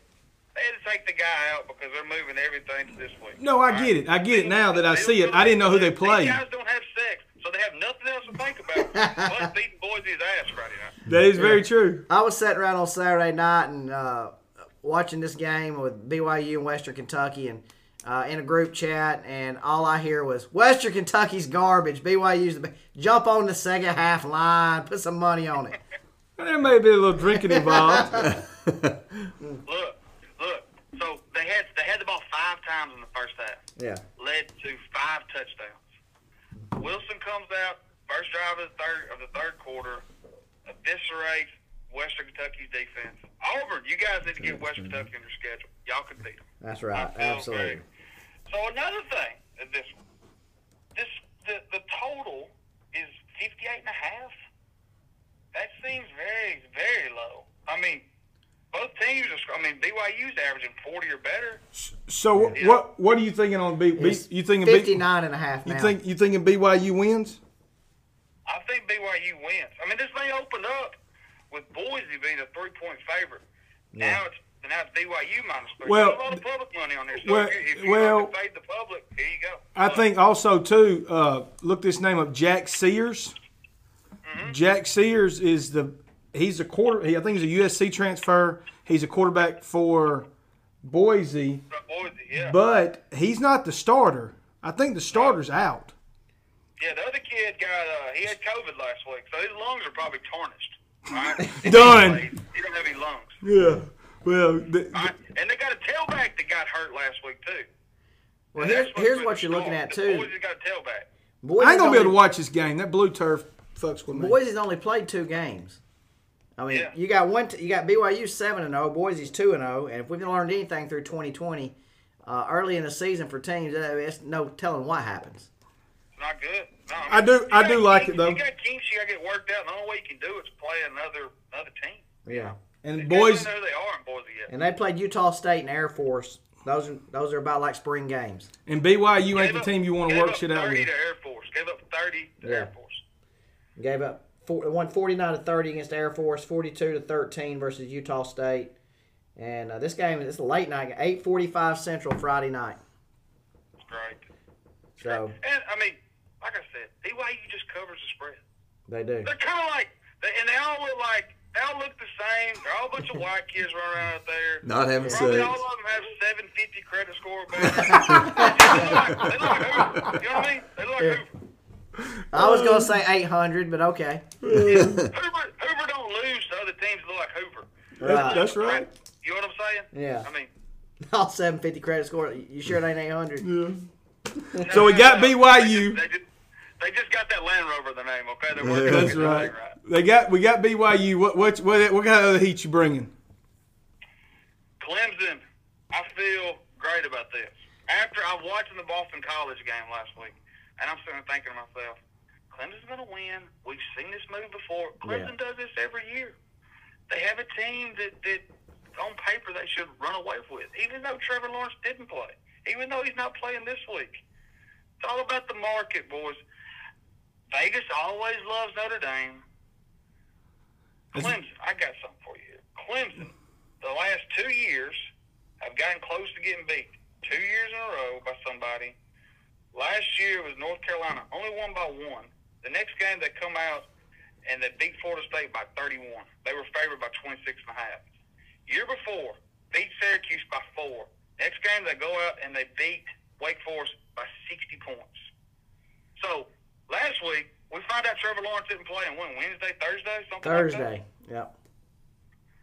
E: they had to take the guy out because they're moving everything to this week.
C: No, I get it. I get it now that I see it. I didn't know who they played.
E: These guys don't have sex, so they have nothing else to think about but beating Boise's ass Friday night.
C: That is very true.
A: I was sitting around on Saturday night and uh, watching this game with BYU and Western Kentucky and uh, in a group chat, and all I hear was Western Kentucky's garbage. BYU's the best. Jump on the second half line, put some money on it.
C: There may be a little drinking involved.
E: Look, look. So they had they had the ball five times in the first half.
A: Yeah,
E: led to five touchdowns. Wilson comes out first drive of the third of the third quarter, eviscerates Western Kentucky's defense. Auburn, you guys need to get Western Kentucky on your schedule. Y'all can beat them.
A: that's right. Absolutely.
E: So another thing is this one. This the, the total is fifty eight and a half. That seems very very low. Purdue's averaging 40 or better.
C: So wh- what what are you thinking on B? B
A: It's
C: you thinking B,
A: 59 and a half now.
C: you think you thinking BYU wins?
E: I think BYU wins. I mean, this thing opened up with Boise being a three-point favorite. Now it's now it's BYU minus three.
C: Well,
E: There's a lot of public money on there. So
C: well-
E: if you, if you
C: well-
E: like to fade the public, here you go.
C: I think also too. Uh, look this name up, Jack Sears.
E: Mm-hmm.
C: Jack Sears is the he's a quarter. He, I think he's a USC transfer. He's a quarterback for Boise,
E: But Boise, yeah.
C: but he's not the starter. I think the starter's out.
E: yeah, the other kid got uh, he had COVID last week, so his lungs are probably tarnished. Right?
C: Done.
E: He, he don't have any lungs.
C: Yeah. Well, the,
E: All right? And they got a tailback that got hurt last week too.
A: well, here's, here's what you're looking at, too.
E: Boise got a tailback.
A: Boys
C: I ain't gonna be able to watch this game. That blue turf fucks with me.
A: Boise's only played two games. I mean,
E: Yeah.
A: you got one. T- you got BYU seven and zero, Boise's two and zero, and if we've learned anything through 2020, uh, early in the season for teams, uh, it's no telling what happens.
E: not good. No, mean,
C: I do-
E: you
C: I
E: got
C: do like
E: kinks-
C: it, though.
E: You got kinks you got to get worked out. and The only way you can do it is play another another team.
A: Yeah,
C: and
E: Boys,
C: boys,
E: know who they are in Boise yet.
A: and they played Utah State and Air Force. Those are those are about like spring games.
C: and BYU ain't
E: Gave
C: the
E: up-
C: team you want to
E: gave
C: work
E: up
C: shit out
E: Thirty
C: with.
E: to Air Force. Gave up thirty to
A: Yeah.
E: Air Force.
A: Gave up four, won 49 to 30 against Air Force, 42 to 13 versus Utah State, and uh, this game it's a late night, 8:45 Central Friday night.
E: It's great.
A: So
E: And I mean, like I said, BYU just covers the spread.
A: they do.
E: They're kind of like, they, and they all look like they all look the same. They're all a bunch of white kids running around out there.
B: Not having
E: Probably
B: sex.
E: all of them have 750 credit score. or better. they look like Hoover. You know what I mean? They look like Hoover.
A: I was gonna say 800, but okay.
E: Hoover, Hoover don't lose to other teams that look like Hoover.
A: Right.
C: That's right.
E: You know what I'm saying?
A: Yeah.
E: I mean,
A: All 750 credit score. You sure it ain't 800?
C: Mm. So we got
E: they
C: BYU.
E: just, they just got that Land Rover the name, okay? They're
B: Yeah.
E: working on
C: That's
E: getting that
C: right.
E: thing right.
C: They got we got BYU. What what what what kind of other heat you bringing?
E: Clemson, I feel great about this. After I'm watching the Boston College game last week, and I'm sitting there thinking to myself, Clemson's going to win. We've seen this move before. Clemson does this every year. They have a team that, that on paper they should run away with, even though Trevor Lawrence didn't play, even though he's not playing this week. It's all about the market, boys. Vegas always loves Notre Dame. Clemson, I got something for you. here. Clemson, the last two years, have gotten close to getting beat. Two years in a row by somebody. Last year was North Carolina, only won by one. The next game they come out and they beat Florida State by 31. They were favored by 26 and a half. Year before, beat Syracuse by four. Next game they go out and they beat Wake Forest by 60 points. So last week we found out Trevor Lawrence didn't play on when Wednesday, Thursday, something like that?
A: Thursday. Yep.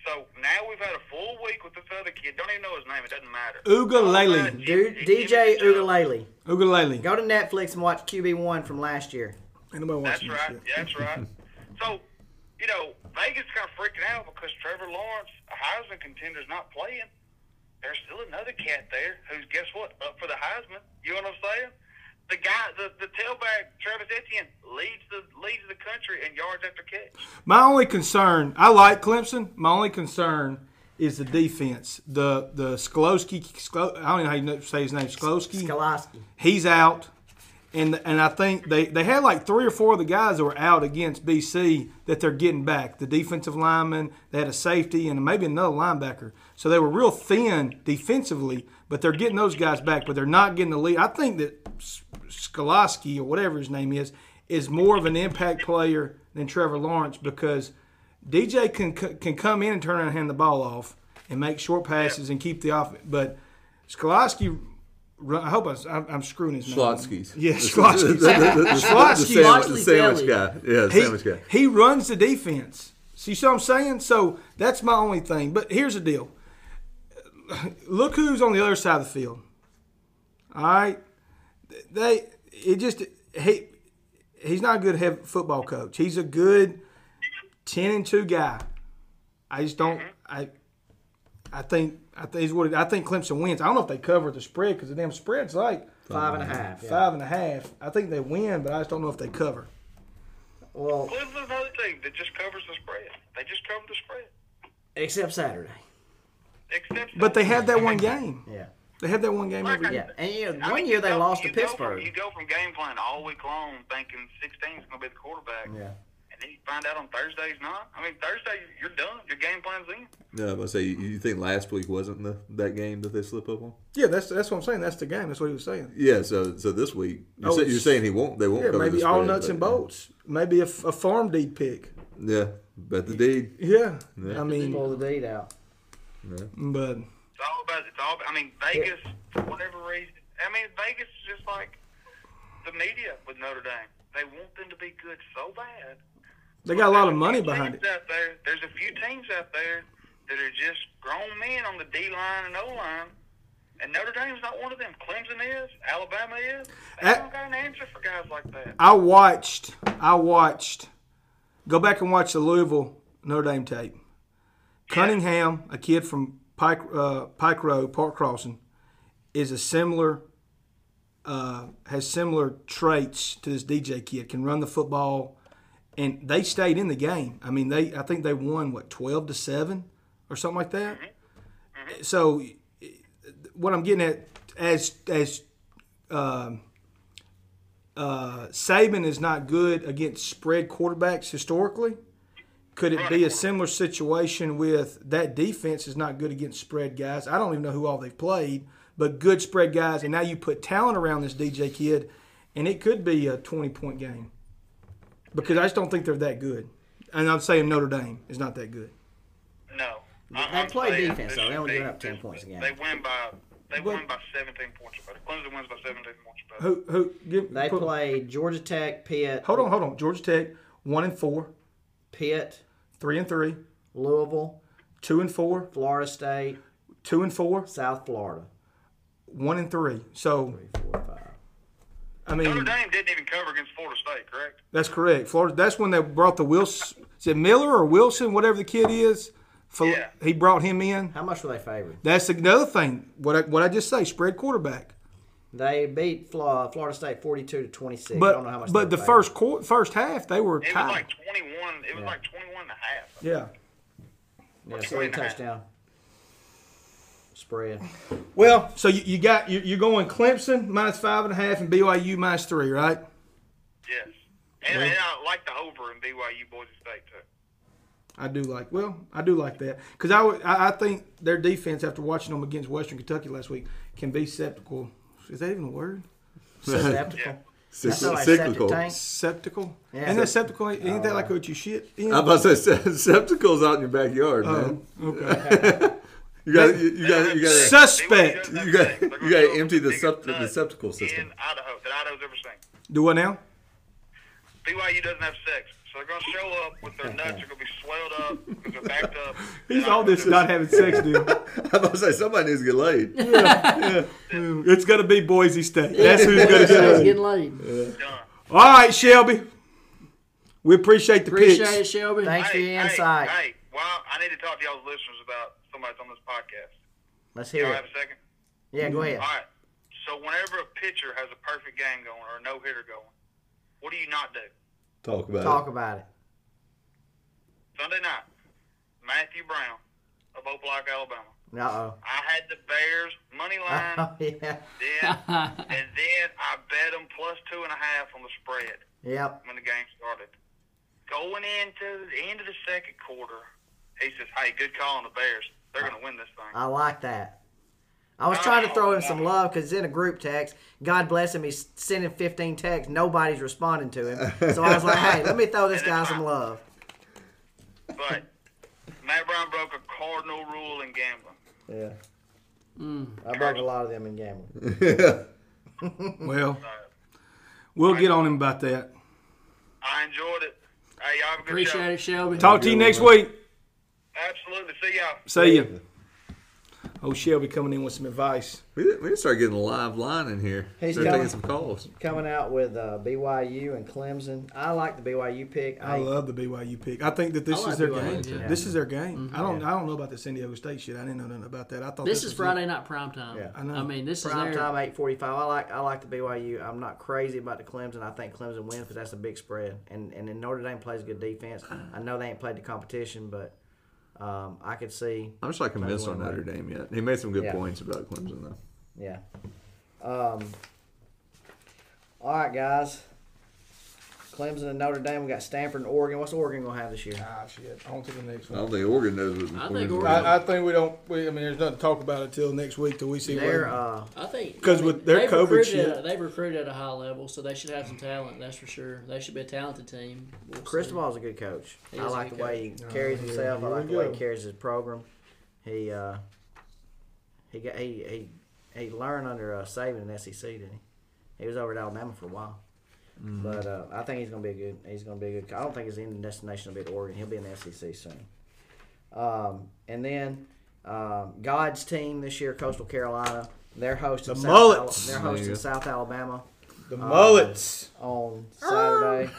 E: So now we've had a full week with this other kid. Don't even know his name. It doesn't matter.
C: Ugalele.
A: Dude, DJ Ugalele.
C: Ugalele.
A: Go to Netflix and watch QB1 from last year.
C: Ain't nobody
E: That's
C: watching this
E: right.
C: shit.
E: Yeah, that's right. So, you know, Vegas kind of freaking out because Trevor Lawrence, a Heisman contender's not playing. There's still another cat there who's, guess what, up for the Heisman. You know what I'm saying? The guy, the, the tailback, Travis Etienne, leads the leads the country in yards after catch.
C: My only concern, I like Clemson. My only concern is the defense. The the Skolowski, Sklo, I don't know how you know- say his name. Skolowski.
A: Kolaski.
C: he's out. And, and I think they, they had like three or four of the guys that were out against BC that they're getting back. The defensive lineman, they had a safety, and maybe another linebacker. So they were real thin defensively, but they're getting those guys back, but they're not getting the lead. I think that S- Skolowski or whatever his name is is more of an impact player than Trevor Lawrence because DJ can can come in and turn around and hand the ball off and make short passes and keep the offense. But Skolowski, run- I hope I, I'm, I'm screwing his name.
B: Schlotsky's.
C: Yeah, Schlotsky's. Schlotsky's.
B: sandwich, the
D: Schlotsky's
B: sandwich
D: Deli.
B: guy. Yeah, the sandwich
C: He,
B: guy.
C: he runs the defense. See, so I'm saying. So that's my only thing. But here's the deal. Look who's on the other side of the field. All right, they it just he he's not a good head football coach. He's a good ten and two guy. I just don't. I I think I think is what it, I think Clemson wins. I don't know if they cover the spread because the damn spread's like
A: Five and a half. yeah.
C: five and a half. I think they win, but I just don't know if they cover.
A: Well,
E: Clemson's another team that just covers the spread. They just cover the spread.
A: except Saturday.
E: except
C: But they had that one game.
A: Yeah.
C: They had that one game every year.
A: Yeah. And you know,
E: I
A: one
E: mean,
A: year
E: you
A: they
E: go-
A: lost to
E: you go from-
A: Pittsburgh.
E: you go from game plan all week long thinking 16 is going to be the quarterback,
A: Yeah.
E: and then you find out on Thursday's not. I mean, Thursday you're done. Your game plan's in.
B: No, I'm gonna say you- you think last week wasn't the, that game that they slip up on.
C: Yeah, that's that's what I'm saying. That's the game. That's what he was saying.
B: Yeah, so so this week you're,
C: Oh,
B: say,
C: it's-
B: you're saying he won't. They won't.
C: Yeah,
B: cover
C: maybe
B: the
C: all
B: spread,
C: nuts
B: but-
C: and bolts. Maybe a, f- a farm deed pick.
B: Yeah, bet the deed.
C: Yeah.
B: Yeah.
C: I mean,
A: Pull the deed out.
C: but
E: It's all about. It's all. I mean, Vegas for whatever reason. I mean, Vegas is just like the media with Notre Dame. They want them to be good so bad.
C: they got a lot of
E: There's
C: money
E: few
C: behind
E: teams
C: it.
E: Out there, there's a few teams out there that are just grown men on the D line and O line, and Notre Dame's not one of them. Clemson is, Alabama is. They
C: That-
E: don't got an answer for guys like that.
C: I watched. I watched. Go back and watch the Louisville Notre Dame tape. Cunningham, a kid from Pike uh, Pike Road, Park Crossing, is a similar. Uh, has similar traits to this DJ kid. Can run the football, and they stayed in the game. I mean, they. I think they won what twelve to seven or something like that. So, what I'm getting at as as Saban is not good against spread quarterbacks historically. Could it be a similar situation with that defense is not good against spread guys? I don't even know who all they've played, but good spread guys. And now you put talent around this DJ kid, and it could be a 20 point game because I just don't think they're that good. And I'm saying Notre Dame is not that good.
E: No. Uh-uh,
A: They
E: I'm
A: play
E: saying
A: defense,
E: this-
A: though. They only
E: they-
A: give up 10
E: this-
A: points a game.
E: They win by they
C: Well-
E: win by 17 points. or better. Clemson wins by 17 points. or better.
C: Who, who, give,
A: They
C: put-
A: played Georgia Tech, Pitt.
C: Hold on, hold on. Georgia Tech, one and four,
A: Pitt,
C: three and three,
A: Louisville,
C: two and four,
A: Florida State,
C: two and four,
A: South Florida.
C: one and three. So,
A: Three, four, five.
C: I mean.
E: Notre Dame didn't even cover against Florida State, correct?
C: That's correct. Florida. That's when they brought the Wilson. Is it Miller or Wilson? Whatever the kid is. Fl-
E: Yeah.
C: He brought him in.
A: How much were they favored?
C: That's another thing. What I, what I just say. Spread quarterback.
A: They beat Fla- Florida State 42 to 26. I
C: But
A: don't know how much. they
C: but
A: were
C: the
A: favored.
C: first quar first half they were
E: It was
C: tied.
E: like 21. It was like 21 and a half.
C: Yeah.
A: yeah, three
E: 29.
A: touchdown spread.
C: Well, so you, you got you, you're going Clemson minus five and a half and BYU minus three, right?
E: Yes. And, and I like the over in BYU Boise State too.
C: I do like. Well, I do like that because I, would- I I think their defense after watching them against Western Kentucky last week can be sceptical. Is that even a word?
A: Skeptical. That's how I
B: Cyclical.
A: accepted
B: I'm
A: tank.
C: Septical.
A: Yeah.
C: Ain't that septical? Ain't that like what you shit? In?
B: about to say se- septicals out in your backyard,
C: Um,
B: man.
C: Okay.
B: You got you, you got you got
C: Suspect.
B: you got you got to empty the sept- the septical
E: In
B: system.
E: Idaho, that Idaho's ever seen.
C: Do what now?
E: BYU doesn't have sex, so they're gonna show up with their nuts. They're gonna be swelled up because they're backed up.
C: He's all this not having sex, dude.
B: I'm about to say somebody needs to get laid.
C: it's gonna be Boise State. That's who's gonna
D: So it's
C: do it.
D: getting late.
E: done.
C: All right, Shelby. We appreciate the
D: Appreciate it,
C: picks.
D: Shelby.
A: Thanks for
E: Hey,
A: your
E: hey,
A: insight.
E: Hey, well, I need to talk to y'all's listeners about somebody's on this podcast.
A: Let's
E: Y'all
A: hear it.
E: have a second?
A: Yeah, go ahead.
E: All right. So whenever a pitcher has a perfect game going or a no hitter going, what do you not do?
B: Talk about
A: Talk
B: it.
A: about it.
E: Sunday night, Matthew Brown of Opelika, Alabama.
A: Uh
E: I had the Bears money line,
A: oh. yeah.
E: then and then I bet them plus two and a half on the spread
A: Yep.
E: when the game started. Going into the end of the second quarter, he says, "Hey, good call on the Bears. They're going to win this thing."
A: I like that. I was trying to throw him some love because it's in a group text. God bless him. He's sending 15 texts. Nobody's responding to him. So I was like, hey, let me throw this guy some love.
E: But Matt Brown broke a cardinal rule in gambling.
A: Yeah. Mm. I broke a lot of them in gambling.
C: Well, we'll get on him about that.
E: I enjoyed it. Hey, y'all have a good
D: Appreciate it, Shelby.
C: Talk to you next week.
E: show. Absolutely. See y'all.
C: See you. Oh, Shelby coming in with some advice.
B: We need- we need to start getting a live line in here.
A: He's
B: Start
A: coming.
B: taking some calls.
A: Coming out with uh, BYU and Clemson. I like the BYU pick.
C: I love the BYU pick. I think that this
D: I like
C: is their
D: BYU,
C: game.
D: yeah.
C: This is their game. I don't. I don't know about the San Diego State shit. I didn't know nothing about that. I thought
D: Mm-hmm. This is
C: was
D: Friday night prime time.
A: Yeah.
D: I
C: I know.
D: mean, this is
A: Prime
D: their
A: time eight forty five. I like I like the BYU. I'm not crazy about the Clemson. I think Clemson wins because that's a big spread. And and then Notre Dame plays good defense. I know they ain't played the competition, but Um, I could see,
B: I'm just not convinced on
A: one
B: Notre Dame yet. He made some good
A: Yeah.
B: points about Clemson though.
A: yeah. Um, all right, guys. Clemson and Notre Dame. We got Stanford and Oregon. What's Oregon gonna have this year?
C: Ah, shit. On to the next
B: I
C: one.
B: don't think Oregon knows what.
D: I think
B: Oregon's
D: Oregon-
B: gonna
C: I, I think we don't. We, I mean, there's nothing to talk about until next week till we see
A: They're
C: where.
A: uh,
D: I think
C: 'Cause
D: I mean,
C: with their
D: they've
C: COVID
D: recruited
C: shit-
D: at a- they've recruited at a high level, so they should have some talent. That's for sure. They should be a talented team. We'll see.
A: Cristobal's a good coach.
D: He
A: I
D: is a
A: like the
D: good
A: way he carries
C: here-
A: himself. I
C: here
A: like
C: we
A: the way
C: go.
A: he carries his program. He uh, he got he he he learned under uh, Saban in SEC, didn't he? He was over at Alabama for a while. But uh, I think he's gonna be a good. He's gonna be a good. I don't think his end destination will be at Oregon. He'll be in the SEC soon. Um, and then um, God's team this year, Coastal Carolina. They're hosting
C: The
A: South
C: Mullets.
A: Al-
B: There
A: they're
B: you
A: hosting
B: go.
A: South Alabama
C: the mullets.
A: on
D: Oh.
A: Saturday,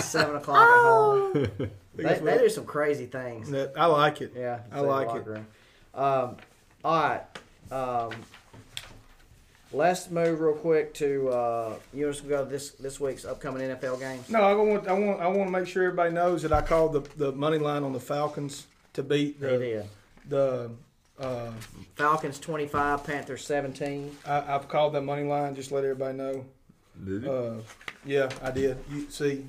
A: seven o'clock at home.
C: I
A: They,
C: think
A: they
C: that's
A: do some crazy things.
C: what- that- I like it.
A: Yeah,
C: I
A: save the
C: like it.
A: locker room. Um, all right, um, let's move real quick to uh, you want us to go to this this week's upcoming NFL games.
C: No, I want. I want. I want to make sure everybody knows that I called the the money line on the Falcons to beat
A: They
C: the
A: did.
C: the. Uh,
A: Falcons twenty five, Panthers seventeen.
C: I, I've called that money line. Just let everybody know.
B: do. Did you?
C: Uh, yeah, I did. You see,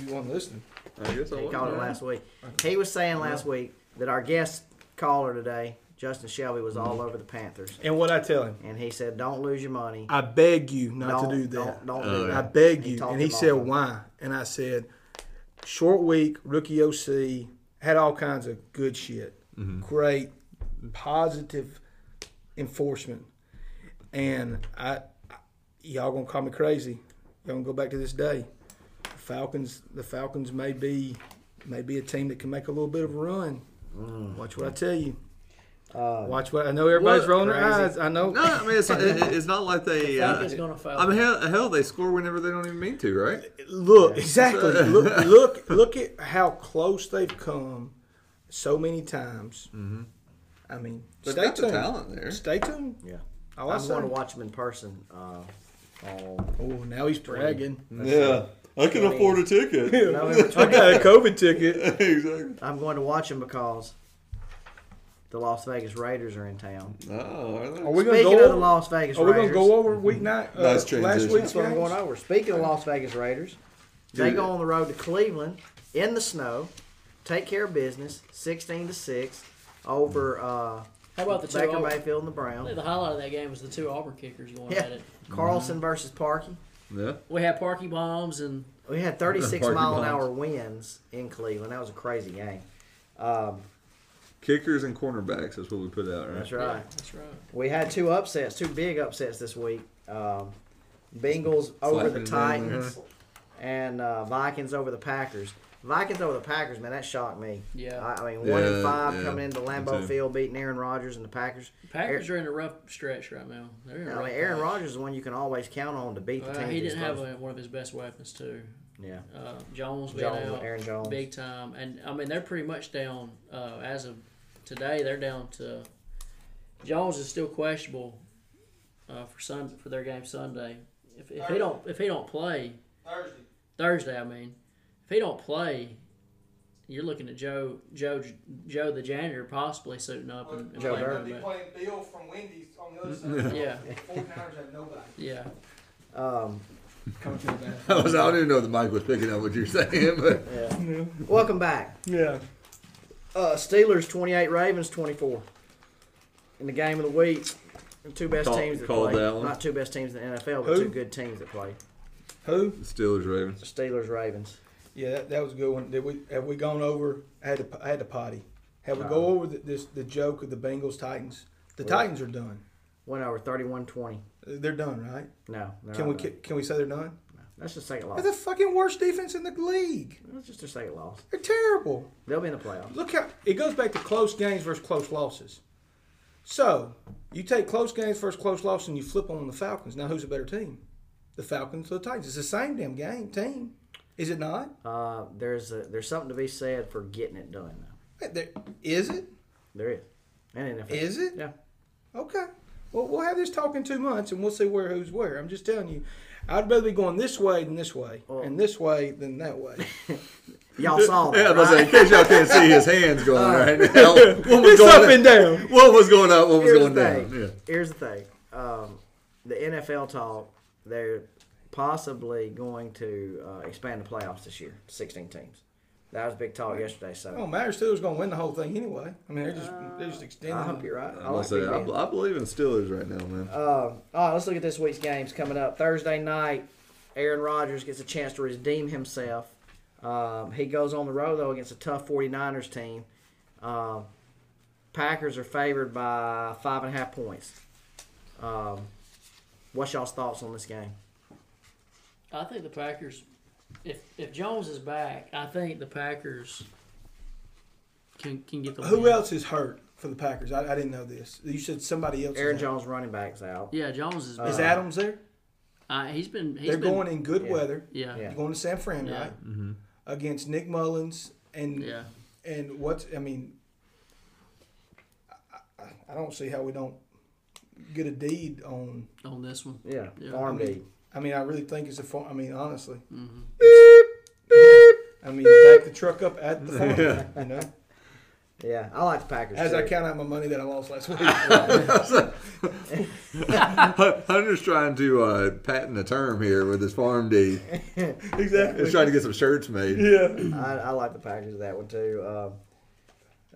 C: you weren't listening.
B: I guess I
A: He
C: Oh,
B: was
A: called it
B: right.
A: last week. He was saying last week that our guest caller today, Justin Shelby, was all over the Panthers,
C: And what I tell him,
A: and he said, "Don't lose your money.
C: I beg you not
A: Don't-
C: to do that.
A: Don't, don't
B: Oh,
A: do
B: yeah.
A: that."
C: I beg
A: He
C: you.
A: talked
C: and he
A: him
C: said,
A: off.
C: why? And I said, short week, rookie OC, had all kinds of good shit. Great, positive enforcement. And I, I- y'all gonna call me crazy. Y'all gonna go back to this day. Falcons, the Falcons may be, may be a team that can make a little bit of a run. Watch what I tell you. Watch what I know. Everybody's
B: What?
C: rolling
A: Uh, Crazy.
C: their eyes. I know.
B: No, I mean it's not, it, it's not like they. Uh,
D: Falcons gonna fail.
B: I mean, hell, hell, they score whenever they don't even mean to, right?
C: Look exactly. look, look, look at how close they've come so many times. I mean,
B: They've
C: stay
B: got the
C: tuned.
B: talent there.
C: Stay tuned.
A: Yeah.
C: All I
A: I'm going
C: say.
A: to watch him in person. Uh, on
C: Oh, now he's bragging.
B: Yeah, I can
A: afford
B: a ticket.
A: November
C: I
A: 20th.
C: got a COVID ticket.
B: exactly.
A: I'm going to watch him because the Las Vegas Raiders are in town.
B: Oh, are they?
C: Are we gonna
A: Speaking
C: go?
A: of the
C: Over,
A: Las Vegas
C: are we
A: Raiders,
C: gonna go over week night? Uh,
B: Nice
C: last
B: transition.
C: week's
A: that's what I'm
C: games?
A: going over. Speaking of Las Vegas Raiders, they
B: Dude.
A: go on the road to Cleveland in the snow, take care of business, 16 to six, over uh,
D: How about the two?
A: Baker
D: Auburn-
A: Mayfield and the
D: I
A: Browns.
D: think the highlight of that game was the two Auburn kickers going
A: Yeah.
D: at it.
A: Carlson versus Parkey.
B: Yeah.
D: We had Parky bombs and
A: We had 36
B: Parkey
A: mile an
B: bombs.
A: hour winds in Cleveland. That was a crazy game. Um,
B: Kickers and cornerbacks. That's what we put out, right?
A: that's right.
D: that's right.
A: We had two upsets, two big upsets this week. Um, Bengals over the
B: Slapping down there.
A: Titans
B: Mm-hmm.
A: and uh, Vikings over the Packers. Vikings over the Packers, man, that shocked me.
D: Yeah.
A: I, I mean, one
B: Yeah,
A: and five
B: yeah,
A: coming into
B: me
A: Lambeau
B: too.
A: Field, beating Aaron Rodgers and the Packers.
D: Packers are in a rough stretch right now. They're in a
A: I
D: rough
A: mean, Aaron
D: patch.
A: Rodgers is one you can always count on to beat the
D: Well,
A: team.
D: he
A: that's
D: didn't have
A: close.
D: a, one of his best weapons too.
A: yeah.
D: Uh, Jones being
A: Jones,
D: out
A: Aaron Jones.
D: big time, and I mean they're pretty much down uh, as of today. They're down to Jones is still questionable uh, for Sun for their game Sunday. If, if he don't if he don't play
C: Thursday.
D: Thursday, I mean, if he don't play, you're looking at Joe Joe Joe the janitor possibly suiting up and, and
A: Joe
D: playing
A: Burrow.
D: quarterback.
C: playing Bill from Wendy's on the other side.
D: Yeah.
C: have nobody.
D: Yeah,
A: Um,
C: Coming to the back.
B: I, was, I don't even know the mic was picking up what you're saying, but
A: yeah. Welcome back.
C: Yeah.
A: Uh, Steelers 28, Ravens 24. In the game of the week, the two best
B: Call-
A: teams that
B: called
A: played.
B: that one.
A: Not two best teams in the NFL, but
C: Who?
A: two good teams that played.
C: Who?
B: Steelers Ravens.
A: Steelers, Ravens.
C: Yeah, that, that was a good one. Did we have we gone over? I had to I had to potty. Have we go over the, this the joke of the Bengals Titans? The Titans are done.
A: Went over 31 20.
C: They're done, right?
A: No. they're
C: Can we
A: not
C: ca-
A: done.
C: can we say they're done?
A: That's the second loss.
C: They're the fucking worst defense in the league.
A: That's just their second loss.
C: They're terrible.
A: They'll be in the playoffs.
C: Look how it goes back to close games versus close losses. So you take close games versus close losses and you flip on the Falcons. Now who's a better team? The Falcons or the Titans? It's the same damn game team, is it not?
A: Uh, there's a, there's something to be said for getting it done, though.
C: Hey, there- Is it?
A: There is. And NFL.
C: Is it?
A: Yeah.
C: Okay. Well, we'll have this talk in two months, and we'll see where who's where. I'm Oh. just telling you, I'd rather be going this way than this way, and this way than that way.
A: Y'all saw that.
B: Yeah, I was
A: right?
B: like, in case y'all can't see his hands going right now. What was
C: It's
B: going
C: up
B: up?
C: and down.
B: What was going up? What was
A: Here's
B: going
A: the thing.
B: down? Yeah.
A: Here's the thing. Um, the NFL talk, they're possibly going to uh, expand the playoffs this year, 16 teams. That was big talk yesterday. So
C: It don't matter. Steelers gonna win the whole thing anyway. I mean, they're just they're just
B: Oh,
C: extending.
A: I hope
C: the-
A: you're right. I
B: I,
A: like
B: say,
A: Big
B: I,
A: Ben.
B: I believe in Steelers right now, man.
A: Um, all right, let's look at this week's games coming up. Thursday night, Aaron Rodgers gets a chance to redeem himself. Um, he goes on the road, though, against a tough 49ers team. Um, Packers are favored by five and a half points. Um, what's y'all's thoughts on this game?
D: I think the Packers, if if Jones is back, I think the Packers can can get the
C: Who
D: win.
C: else is hurt for the Packers? I, I didn't know this. You said somebody else. is
A: Aaron
C: out.
A: Jones running backs out.
D: Yeah, Jones is.
C: Is
D: back.
C: Adams there?
D: Uh, he's been. he
C: They're
D: been,
C: going in good
A: Yeah.
C: weather.
D: Yeah.
A: Yeah.
C: You're going to San Fran,
D: Yeah.
C: right? Against Nick Mullins and
D: Yeah.
C: and what's I mean, I, I, I don't see how we don't get a deed on.
D: on this one.
A: Yeah,
D: Yeah.
A: farm
C: I mean,
A: league.
C: I mean, I really think it's a farm. I mean, honestly.
D: Mm-hmm.
C: It's- I mean, back the truck up at the farm. You know,
A: Yeah, I like the Packers.
C: as I
A: too.
C: count out my money that I lost last week.
B: Hunter's trying to uh, patent a term here with his farm D. He's
C: exactly.
B: trying to get some shirts made.
C: Yeah.
A: I, I like the Packers of that one too. Um,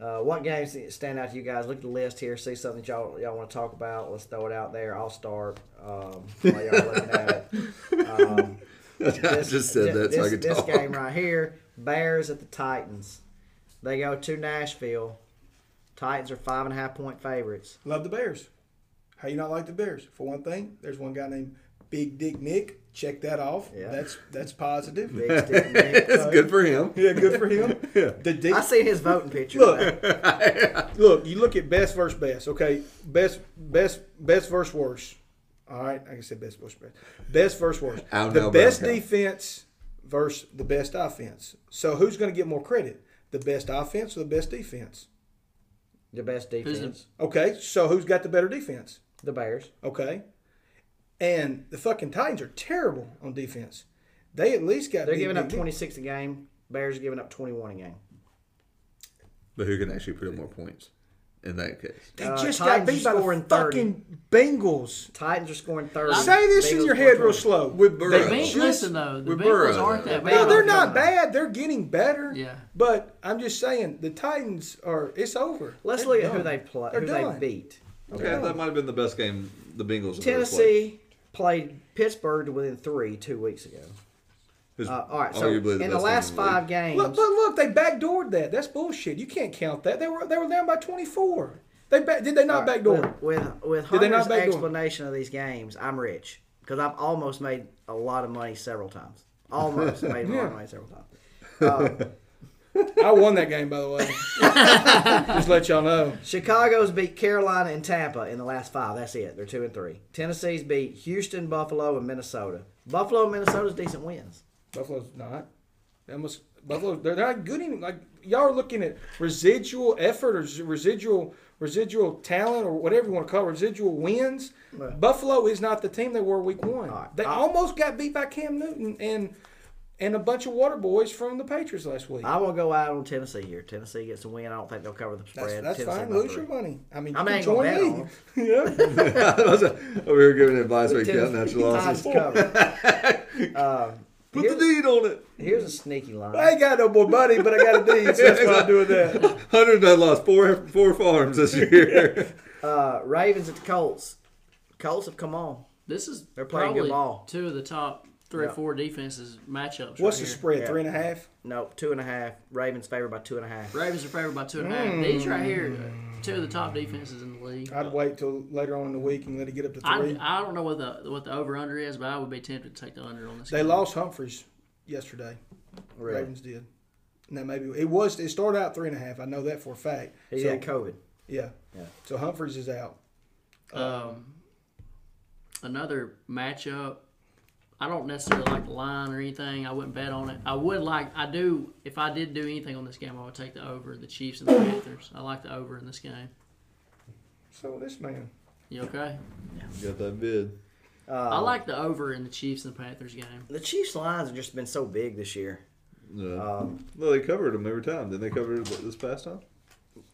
A: uh, what games stand out to you guys? Look at the list here. See something that y'all y'all want to talk about. Let's throw it out there. I'll start um, while y'all looking at it. Um,
B: I just said that
A: this,
B: so I could
A: this
B: talk.
A: game right here, Bears at the Titans. They go to Nashville. Titans are five and a half point favorites.
C: Love the Bears. How you not like the Bears? For one thing, there's one guy named Big Dick Nick. Check that off.
A: Yeah.
C: That's that's positive.
A: Big stick Nick.
B: it's good for him.
C: Yeah, good for him. The Dick,
A: I see his voting picture.
C: Look. look, you look at best versus best. Okay, best best best versus worst. All right, I can say best versus best. Best versus worst.
B: I don't know
C: The
B: about
C: best
B: that.
C: defense versus the best offense. So who's going to get more credit? The best offense or the best defense?
A: the best
D: Who's the-
A: defense,
C: Okay, so who's got the better defense?
A: the Bears.
C: Okay. And the fucking Titans are terrible on defense. They at least got
A: They're
C: Big
A: giving up
C: Dick Nick.
A: twenty six a game. Bears giving up twenty one a game.
B: But who can actually put up more points in that case?
C: They
A: Uh,
C: just got
A: Titans
C: beat by
A: scoring
C: the
A: 30.
C: fucking Bengals.
A: Titans are scoring thirty.
C: Say this in
A: Bengals scoring
C: your head real
A: 20.
C: slow.
B: With Burrow.
C: They
D: The Bengals,
C: just-
D: listen though, the
B: with
D: Bengals
B: Burrow,
D: aren't
B: though.
D: that
C: No,
D: bad.
C: they're not bad. They're getting better.
D: Yeah.
C: But I'm just saying the Titans are. It's over.
A: Let's
C: They're
A: look at who
C: done.
A: they play,
C: They're
A: who they
C: done.
A: beat.
B: Okay, that might have been the best game the Bengals have ever played.
A: Tennessee played Pittsburgh to within three two weeks ago.
B: Who's
A: Uh, all right, so
B: arguably
A: in the
B: best team
A: last
B: in league.
A: five games,
C: Look, but look, they backdoored that. That's bullshit. You can't count that. They were they were down by 24. They back, did they
A: all
C: not
A: right,
C: backdoor?
A: with with, with
C: Did they not
A: Hunter's
C: backdoor?
A: explanation of these games, I'm rich because I've almost made a lot of money several times. Almost made a lot of money several times.
C: I won that game by the way. just let y'all know.
A: Chicago's beat Carolina and Tampa in the last five. That's it. They're two and three. Tennessee's beat Houston, Buffalo, and Minnesota. Buffalo and Minnesota's decent wins.
C: Buffalo's not. They almost Buffalo. They're not good even. Like y'all are looking at residual effort or s- residual residual talent or whatever you want to call it, residual wins. Buffalo is not the team they were week one.
A: right.
C: They almost got beat by Cam Newton and and a bunch of water boys from the Patriots last week.
A: I won't go out on Tennessee here. Tennessee gets a win. I don't think they'll cover the
C: that's
A: spread.
C: that's
A: Tennessee
C: fine.
A: by
C: Lose
A: three.
C: your money. I mean,
A: I'm
C: you
A: not
C: can
A: gonna bet
C: join
A: on
C: me. yeah.
B: uh, we were giving advice right counting out
A: Tennessee
B: your losses.
A: Titans cover. Um,
B: Put the
A: here's,
B: deed on it.
A: here's a sneaky line.
C: I ain't got no more money, but I got a deed, so that's why I'm doing that.
B: Hunter done lost four four farms this year.
A: Uh, Ravens at the Colts. Colts have come on.
D: This is
A: They're playing good
D: probably
A: ball.
D: Two of the top three
A: Yeah.
D: or four defenses
C: What's
D: matchups. right
C: the
D: here.
C: spread?
A: Yeah.
C: Three and a half.
A: Nope, two and a half. Ravens favored by two and a half.
D: Ravens are favored by two and a half. These right here, are two of the top defenses in the league.
C: I'd wait till later on in the week and let it get up to
D: I,
C: Uh, three.
D: I don't know what the what the over under is, but I would be tempted to take the under on this.
C: They
D: game.
C: lost Humphreys yesterday.
A: Really?
C: Ravens did. Now maybe it was it started out three and a half. I know that for a fact.
A: He
C: so,
A: had COVID.
C: yeah.
A: Yeah.
C: So Humphreys is out.
D: Um, another matchup. I don't necessarily like the line or anything. I wouldn't bet on it. I would like. I do. If I did do anything on this game, I would take the over. The Chiefs and the Panthers. I like the over in this game.
C: So this man.
D: You okay?
B: Got that bid.
A: Uh,
D: I like the over in the Chiefs and the Panthers game.
A: the Chiefs' lines have just been so big this year.
B: No.
A: Um,
B: no, they covered them every time. Didn't they cover it this past time?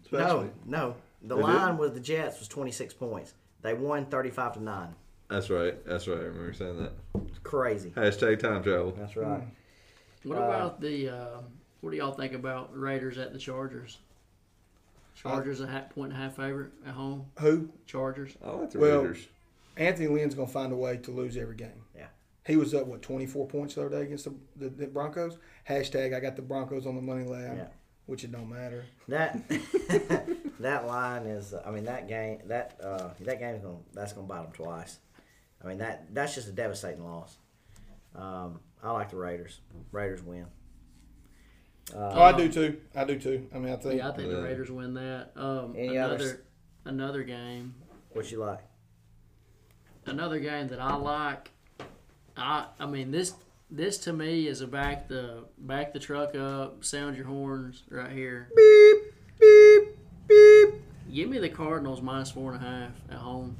B: This past
A: no,
B: week?
A: no. The
B: They did?
A: line with the Jets was 26 points. They won 35 to 9.
B: That's right. That's right. I remember saying that.
A: It's crazy.
B: Hashtag time travel.
A: That's right.
D: What about the? Uh, what do y'all think about Raiders at the Chargers? Chargers a half point and a half favorite at home.
C: Who?
D: Chargers.
B: I like the
C: Well-
B: Raiders.
C: Anthony Lynn's going to find a way to lose every game.
A: Yeah.
C: He was up what 24 points the other day against the, the, the Broncos. Hashtag I got the Broncos on the money line,
A: Yeah.
C: which it don't matter.
A: That that line is. I mean, that game. That uh, that game is gonna. That's gonna bite them twice. I mean, that that's just a devastating loss. Um, I like the Raiders. Raiders win.
C: oh, I do too. I do too. I mean, I think
D: Yeah, I think the
B: Yeah.
D: Raiders win that. Um,
A: Any
D: another
A: others?
D: another game.
A: What you like?
D: Another game that I like. I I mean this this to me is a back the back the truck up, sound your horns right here.
A: Beep beep beep.
D: Give me the Cardinals minus four and a half at home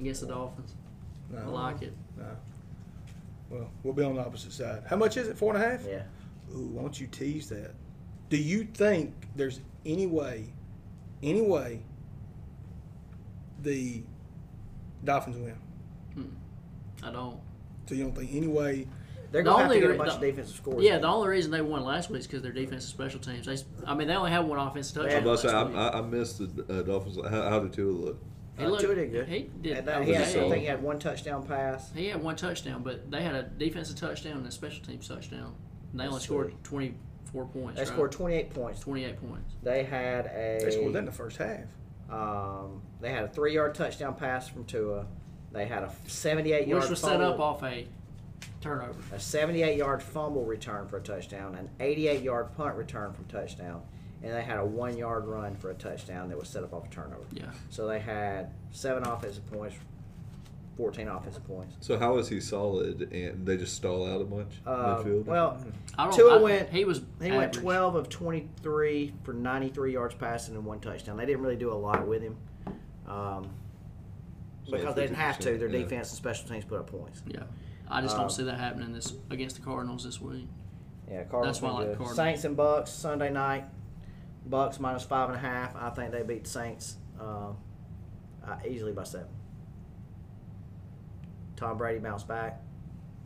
D: against the Dolphins. I
C: no.
D: like it.
C: Well, we'll be on the opposite side. How much is it? Four and a half.
A: Yeah.
C: Ooh, why don't you tease that? Do you think there's any way, any way, the Dolphins win?
D: I don't.
C: So you don't think any way?
A: They're
D: The
A: gonna have to
D: only
A: get a
D: re-
A: bunch
D: the-
A: of defensive scores.
D: Yeah, the only reason they won last week is because their defense and special teams. They, s- I mean, they only had one offense touchdown.
A: Yeah,
B: I must say, I,
D: last week.
B: I, I missed the uh, Dolphins. How, how did Tua look?
D: He
A: Uh,
D: looked-
A: Tua did good.
D: He did.
A: And that,
D: that
A: he had,
D: was
A: I
B: so-
D: bad.
A: think he had one touchdown pass.
D: He had one touchdown, but they had a defensive touchdown and a special teams touchdown. And they only
A: That's
D: scored 24 points.
A: They
D: right?
A: scored 28 points.
D: 28 points.
A: They had
C: They scored that
A: a
C: in the first half.
A: um, they had a three yard touchdown pass from Tua. They had a 78 yard
D: Which was set up
A: fumble.
D: off a turnover.
A: a 78 yard fumble return for a touchdown, an 88 yard punt return from touchdown, and they had a one yard run for a touchdown that was set up off a turnover.
D: Yeah.
A: So they had seven offensive points, 14 offensive points.
B: So how is he solid? And they just stall out a bunch
A: Uh,
B: midfield.
A: well,
D: I don't,
A: Tua
D: I-
A: went-
D: He was.
A: he went
D: average.
A: 12 of 23 for 93 yards passing and one touchdown. They didn't really do a lot with him um,
B: So
A: because they didn't have to. Their
B: 50%, yeah.
A: defense and special teams put up points.
D: Yeah. I just
A: Uh,
D: don't see that happening this against the Cardinals this week.
A: Yeah, Cardinals.
D: That's why I like
A: do.
D: Cardinals.
A: Saints and Bucks Sunday night. Bucks minus five and a half. I think they beat the Saints uh, uh, easily by seven. Tom Brady bounced back,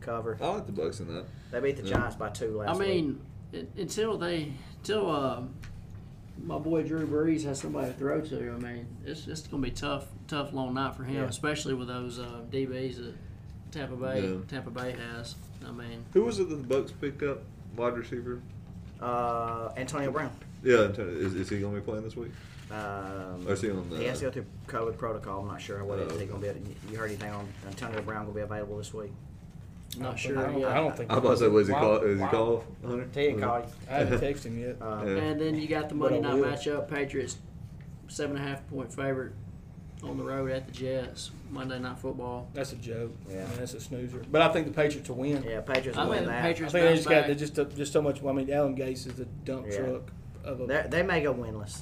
A: cover.
B: I like the Bucks in that.
A: They beat the
B: Yeah.
A: Giants by two
D: I
A: last week.
D: mean, un- until they, until um, my boy Drew Brees has somebody to throw to, I mean, it's it's gonna be tough, tough long night for him,
A: Yeah.
D: especially with those uh, DBs that Tampa Bay,
B: Yeah.
D: Tampa Bay has. I mean,
B: Who was it that the Bucks picked up? Wide receiver.
A: uh, Antonio Brown.
B: Yeah, Antonio- is, is he going to be playing this week?
A: Um,
B: Or is he on the?
A: he has to go through COVID protocol. I'm not sure what it is.
B: Oh,
A: He gonna be. You heard anything on Antonio Brown gonna be available this week?
D: not
C: I
D: sure.
C: don't,
D: yet.
C: I don't think.
B: I'm about to say, was he
C: Wow.
B: call? Is he
C: Wow.
B: call? Hunter?
A: He didn't call you.
C: I haven't texted him yet.
A: Uh,
B: Yeah.
D: And then you got the Monday
A: But I
D: night
A: will.
D: matchup: Patriots seven and a half point favorite on the road at the Jets. Monday night football.
C: That's a joke.
A: Yeah.
C: I mean, that's a snoozer. But I think the Patriots will win.
A: Yeah, Patriots
D: I
A: will
D: think
A: win
D: the
A: that.
C: I
D: Patriots
C: think they
D: bounce
C: just got
D: back.
C: they just just so much. I mean, Alan Gates is a dump
A: Yeah.
C: truck of a.
A: They're- They may go winless.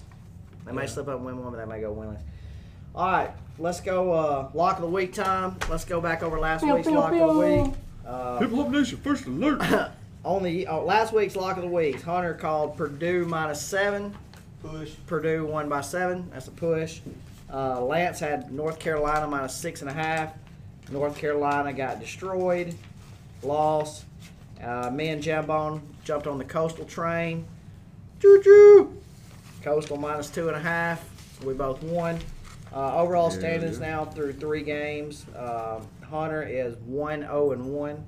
A: They may
C: Yeah.
A: slip up and win one, but they may go winless. All right, let's go uh, lock of the week time. Let's go back over last week's lock of the week. Uh,
B: Hip Hop Nation first alert.
A: on the uh, last week's lock of the week, Hunter called Purdue minus seven.
C: push.
A: Purdue won by seven. That's a push. Uh, Lance had North Carolina minus six and a half. North Carolina got destroyed, lost. Uh, me and Jambone jumped on the Coastal train. Choo choo. Coastal minus two and a half. We both won. Uh, overall
B: Yeah,
A: standings
B: yeah.
A: now through three games. Um Hunter is one zero and one.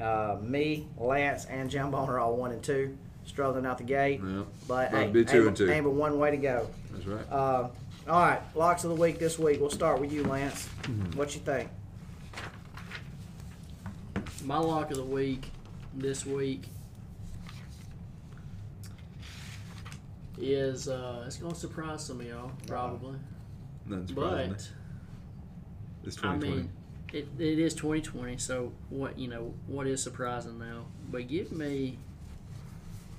A: Uh, me, Lance, and Jambone are all one and two, struggling out the gate.
B: Yeah.
A: But
B: Might
A: hey,
B: be two
A: ain't-
B: and two.
A: ain't but one way to go.
B: That's right.
A: Uh, all right, locks of the week this week. We'll start with you, Lance.
B: Mm-hmm.
A: What you think?
D: My lock of the week this week is uh, it's gonna surprise some of y'all probably,
B: None surprising me.
D: but
B: it's
D: I
B: 2020.
D: mean it, it is 2020. So what you know what is surprising now? But give me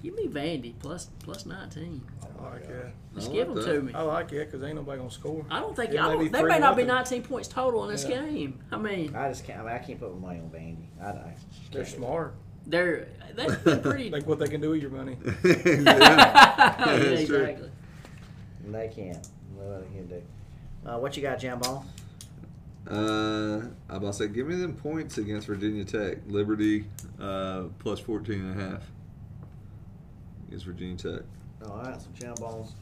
D: give me Vandy plus plus 19.
C: I like that.
D: Just
B: I
D: give
B: like
D: them
B: that.
D: to me.
C: I like it because ain't nobody gonna score.
D: I don't think
C: It
D: I
C: may
D: don't,
C: be
D: there
C: three
D: may
C: to
D: not be
C: nothing.
D: 19 points total in this
C: Yeah.
D: game. I mean,
A: I just can't. I, mean, I can't put my money on Vandy. I, I
C: They're
A: can't.
C: smart.
D: They're they've been pretty.
C: Like what they can do with your money.
D: yeah,
B: that's true.
D: exactly.
A: And they can't. No, they can't do. Uh, what you got, Jambone?
B: Uh, I'm about to say, give me them points against Virginia Tech. Liberty uh, plus 14 and a half against Virginia Tech.
A: All right, so Jambone's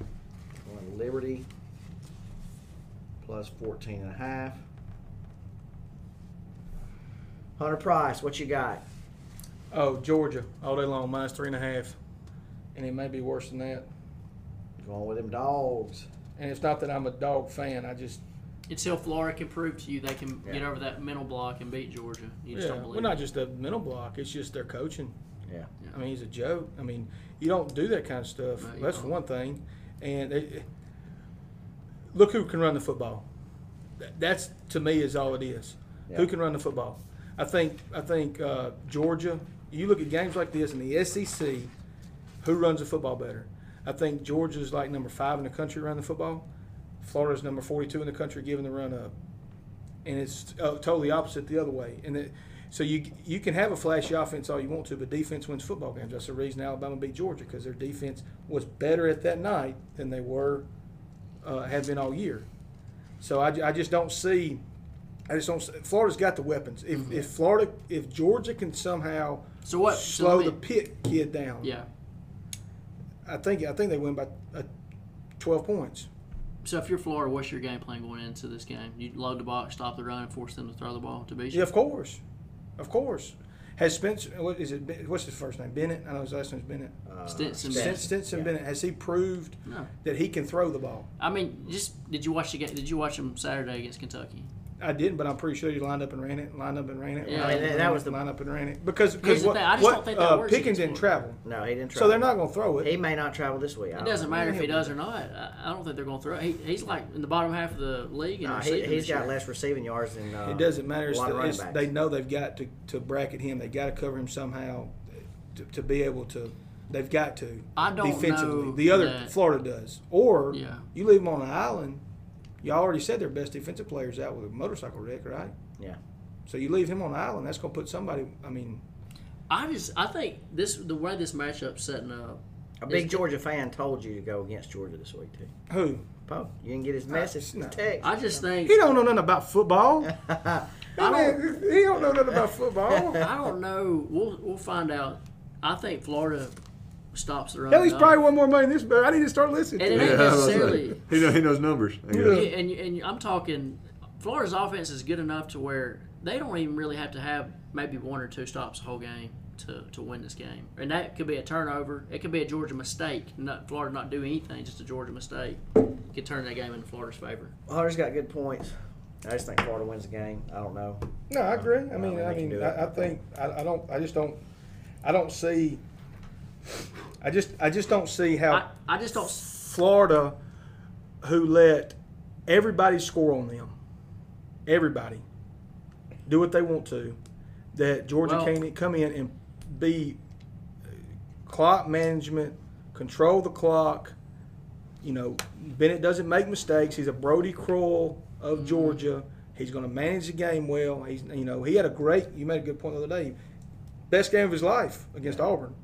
A: on Liberty plus 14 and a half. Hunter Price, what you got?
C: Oh, Georgia, all day long, minus three and a half. And it may be worse than that.
A: Going with them dogs.
C: And it's not that I'm a dog fan. I just,
D: Until Florida can prove to you they can
A: Yeah.
D: get over that mental block and beat Georgia, you just
C: yeah,
D: don't
C: we're
D: believe.
C: not
D: it.
C: just a mental block. It's just their coaching.
A: Yeah.
C: I mean, he's a joke. I mean, you don't do that kind of stuff.
D: No, you
C: That's
D: don't.
C: one thing. And it, look who can run the football. Th- That's to me is all it is. Who
A: Yeah.
C: can run the football? I think I think uh, Georgia. You look at games like this in the SEC. Who runs the football better? I think Georgia's like number five in the country running the football. Florida's number forty-two in the country giving the run up and it's uh, totally opposite the other way. And it, so you you can have a flashy offense all you want to, but defense wins football games. That's the reason Alabama beat Georgia because their defense was better at that night than they were uh, have been all year. So I, ju- I just don't see. I just don't. See, Florida's got the weapons. If, if Florida, if Georgia can somehow
D: So Mm-hmm. what? so
C: slow
D: let
C: the
D: me-
C: pit kid down,
D: Yeah.
C: I think I think they win by uh, twelve points.
D: So if you're Florida, what's your game plan going into this game? You load the box, stop the run, and force them to throw the ball to beat you.
C: Yeah, of course, of course. Has Spencer? What is it? Ben- What's his first name? Bennett. I know his last name's Bennett.
A: Uh,
D: Stinson.
A: Stinson.
C: Since Stinson Bennett, has he proved
D: No.
C: that he can throw the ball?
D: I mean, just did you watch the game? Did you watch them Saturday against Kentucky?
C: I didn't, but I'm pretty sure he lined up and ran it, lined up and ran it.
D: Yeah,
C: lined
D: I
C: up
D: mean,
C: and
A: that- that
C: ran
A: was
C: it,
A: the-
C: lined up and ran it because
D: Here's
C: because
D: the
C: what,
D: thing, I just
C: what
D: don't think that
C: uh,
D: works
C: Pickens didn't
D: against Florida.
C: travel,
A: No, he didn't travel.
C: so they're not going to throw it.
A: He may not travel this week. I
D: It
A: don't
D: doesn't
A: know.
D: matter if he does or not. I, I don't think they're going to throw. He, he's like in the bottom half of the league. in
A: Nah, he,
D: receiving
A: he's
D: this
A: got
D: year.
A: less receiving yards than uh,
C: It doesn't matter.
A: A
C: It's
A: lot of
C: the,
A: running
C: it's,
A: backs.
C: they know they've got to, to bracket him. They got to cover him somehow to, to be able to. They've got to.
D: I don't
C: defensively.
D: know
C: the other
D: that-
C: Florida does, or
D: Yeah.
C: you leave them on an island. You already said their best defensive players out with a motorcycle wreck, right?
A: Yeah.
C: So you leave him on an island. That's going to put somebody. I mean,
D: I just I think this the way this matchup's setting up.
A: A big
D: It's-
A: Georgia fan told you to go against Georgia this week too.
C: who?
A: Pope, you didn't get
C: Ah,
A: his message,
C: no.
A: his text.
D: I just think
C: He don't know nothing about football. He don't- he don't know nothing about football.
D: I don't know. We'll we'll find out. I think Florida stops the run.
C: Hell, he's
D: enough.
C: probably won more money than this bear. I need to start listening.
D: And
C: to him.
D: it ain't
B: Yeah, I was like,
D: necessarily.
B: he, know, he knows numbers. I guess.
D: Yeah, and and I'm talking Florida's offense is good enough to where they don't even really have to have maybe one or two stops the whole game to, to win this game. And that could be a turnover. It could be a Georgia mistake. Not Florida not do anything, just a Georgia mistake could turn that game in Florida's favor.
A: Hunter's got good points. I just think Florida wins the game. I don't know.
C: No, I agree. I
A: I mean,
C: mean, I
A: they can do
C: mean,
A: that.
C: I, I think I, I don't. I just don't. I don't see. I just I just don't see how
D: I, I just don't
C: Florida, who let everybody score on them, everybody, do what they want to, that Georgia
D: Well-
C: can't come in and be uh, clock management, control the clock. You know, Bennett doesn't make mistakes. He's a Brody Kroll of
A: Mm-hmm.
C: Georgia. He's going to manage the game well. He's you know he had a great. You made a good point the other day. Best game of his life against Auburn.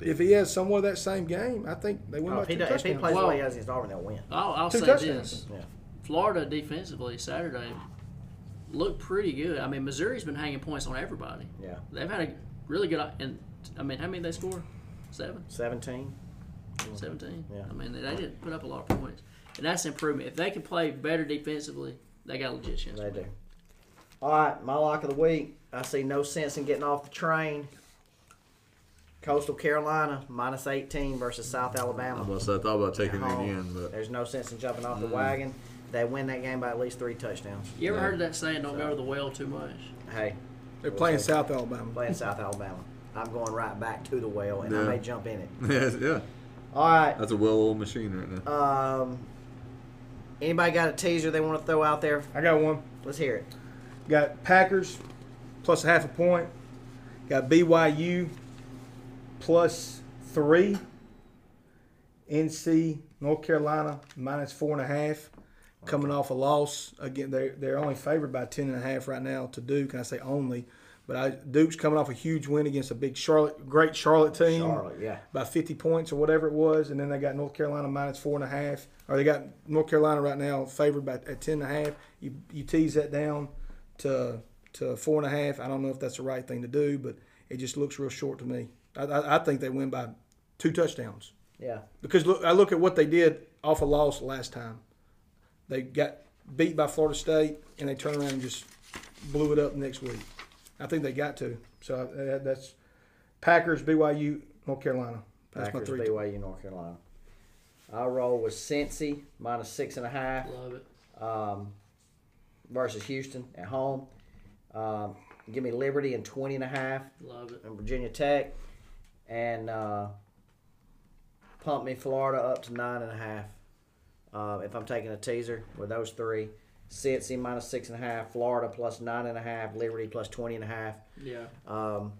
C: If he has somewhat of that same game, I think they win
A: Oh,
C: by
A: if, he
C: two
A: does, if he
C: touchdowns.
A: plays the
D: Well-
A: way he does against Auburn, they'll win.
D: I'll, I'll
C: Two
D: say
C: touchdowns.
D: this.
A: Yeah.
D: Florida defensively Saturday looked pretty good. I mean, Missouri's been hanging points on everybody.
A: Yeah,
D: They've had a really good and I mean, how many they score? 7.
A: seventeen.
D: 17.
A: Yeah.
D: I mean, they, they didn't put up a lot of points. And that's improvement. If they can play better defensively, they got a legit chance.
A: They do. All right, my lock of the week. I see no sense in getting off the train. Coastal Carolina minus eighteen versus South
B: I,
A: Alabama.
B: was about to say, I thought about taking it
A: Home.
B: again, but Mm.
A: There's no sense in jumping off the wagon. They win that game by at least three touchdowns.
D: You ever
B: Yeah.
D: heard of that saying, don't go to the well too much?
A: Hey,
C: They're playing South Alabama.
A: playing South Alabama. I'm going right back to the well, and I
B: Yeah.
A: may jump in it.
B: yeah, yeah,
A: All right.
B: that's a well-oiled machine right now.
A: Um, anybody got a teaser they want to throw out there?
C: I got one.
A: Let's hear it.
C: Got Packers plus a half a point. Got BYU plus three. NC North Carolina minus four and a half. Coming off a loss again, they're they're only favored by ten and a half right now to Duke. And I say only But I, Duke's coming off a huge win against a big Charlotte, great Charlotte team
A: Charlotte, yeah.
C: by 50 points or whatever it was, and then they got North Carolina minus four and a half, or they got North Carolina right now favored by at ten and a half. You you tease that down to to four and a half. I don't know if that's the right thing to do, but it just looks real short to me. I, I, I think they win by two touchdowns
A: Yeah.
C: because look, I look at what they did off a loss last time. They got beat by Florida State, and they turned around and just blew it up next week. I think they got to. So I, I- that's Packers, BYU, North Carolina. That's my
A: Packers,
C: three.
A: BYU, North Carolina. I roll with Cincy minus six and a half
D: Love it.
A: um, versus Houston at home. Um, give me Liberty and 20 and a half
D: Love it.
A: and Virginia Tech. And uh, pump me Florida up to nine and a half. Uh, if I'm taking a teaser with those three, Cincy minus six and a half, Florida plus nine and a half, Liberty plus 20 and a half.
D: Yeah.
A: Um,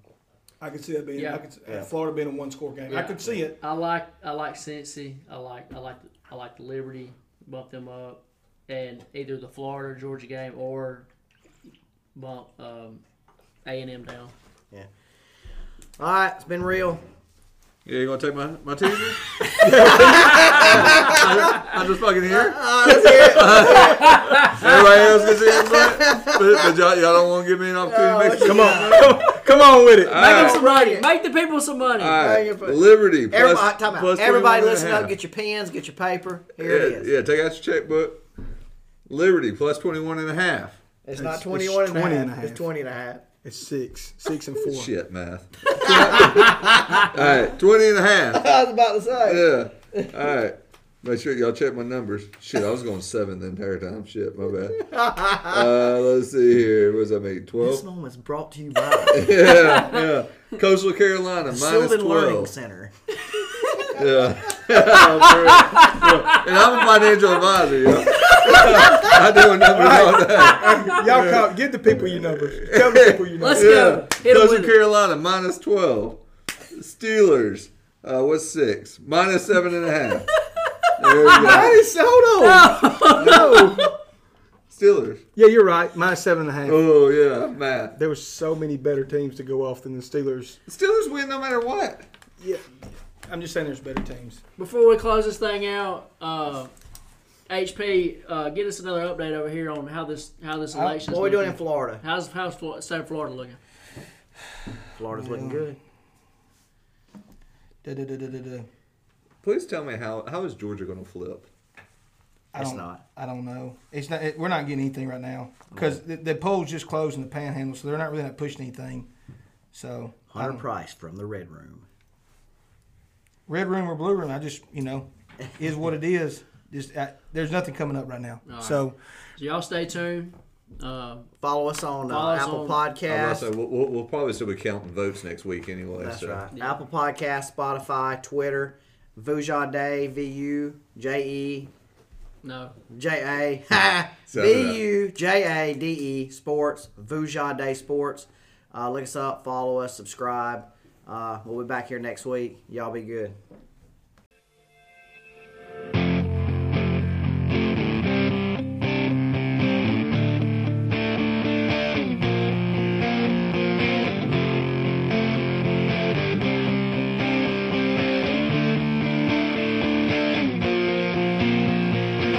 C: I could see that being.
D: Yeah.
C: I could, see- Florida being a one-score game. I
D: Yeah.
C: could see it.
D: I like I like Cincy. I like I like I like the Liberty. Bump them up, and either the Florida or Georgia game or bump um A and M down.
A: all right, it's been real.
B: Yeah, you gonna take my my teaser? I'm just fucking here. Everybody else gets in, but, but, but y'all, y'all don't want to give me an opportunity. to make
C: Oh, Come on, come, come on with it.
B: All right.
D: Make some money. Make the people some money.
B: All
A: Hang
B: right,
A: it, put-
B: Liberty. Plus,
A: Everybody, time out.
B: plus
A: Everybody
B: 21 and a
A: listen up.
B: half.
A: Get your pens. Get your paper. Here it
B: yeah,
A: is.
B: yeah, take out your checkbook. Liberty plus 21 and a half.
A: It's,
C: It's-
A: not
C: it's
A: 21 and,
C: 20
A: a half.
C: and a half.
A: It's 20 and a half.
C: It's six, six and four.
B: Shit, math. All right, 20 and a half.
A: I was about to say.
B: Yeah. All right. Make sure y'all check my numbers. Shit, I was going seven the entire time. Shit, my bad. Uh, let's see here. What does that make?
A: This
B: 12?
A: moment's brought to you by
B: Yeah, yeah. Coastal Carolina, minus
A: Sylvan Learning
B: 12.
A: Center.
B: Yeah. Oh, and I'm a financial advisor, y'all. I do a number all day.
C: Y'all call, give the people your numbers. Tell the people your numbers.
D: Let's
B: Yeah.
D: go. Hit 'em
B: Coastal
D: with it.
B: Carolina, minus 12. Steelers, uh, what's six? Minus seven and a half. There we go.
C: Hey, so hold on. No.
B: Steelers.
C: Yeah, you're right. Minus seven and a half.
B: Oh, yeah, math.
C: There were so many better teams to go off than the Steelers.
B: Steelers win no matter what.
C: Yeah, I'm just saying there's better teams.
D: Before we close this thing out, uh, HP, uh, get us another update over here on how this how this election.
A: What are we doing in Florida?
D: How's how's Florida, state of Florida looking?
A: Florida's looking good.
C: Da, da, da, da, da, da.
B: Please tell me how how is Georgia going to flip?
C: I
A: It's
C: don't-
A: not.
C: I don't know. It's not. It, we're not getting anything right now because the, the polls just closed in the Panhandle, so they're not really not pushing anything. So I
A: Hunter
C: don't-
A: Price from the Red Room.
C: red room or blue room, I just you know, is what it is. Just I, there's nothing coming up right now.
D: right.
C: So
D: So y'all stay tuned. Uh,
A: Follow us on uh,
D: Follow us
A: Apple
D: on-
B: I was
A: Podcasts.
B: about to say, we'll, we'll, we'll probably still be counting votes next week anyway.
A: That's
B: so.
A: right.
D: Yeah.
A: Apple Podcasts, Spotify, Twitter, Vujade, V U J E
D: no.
A: J A
B: Sound it out.
A: V U J A D E Sports Vujade Sports. Uh, look us up, follow us, subscribe. Uh, we'll be back here next week. Y'all be good.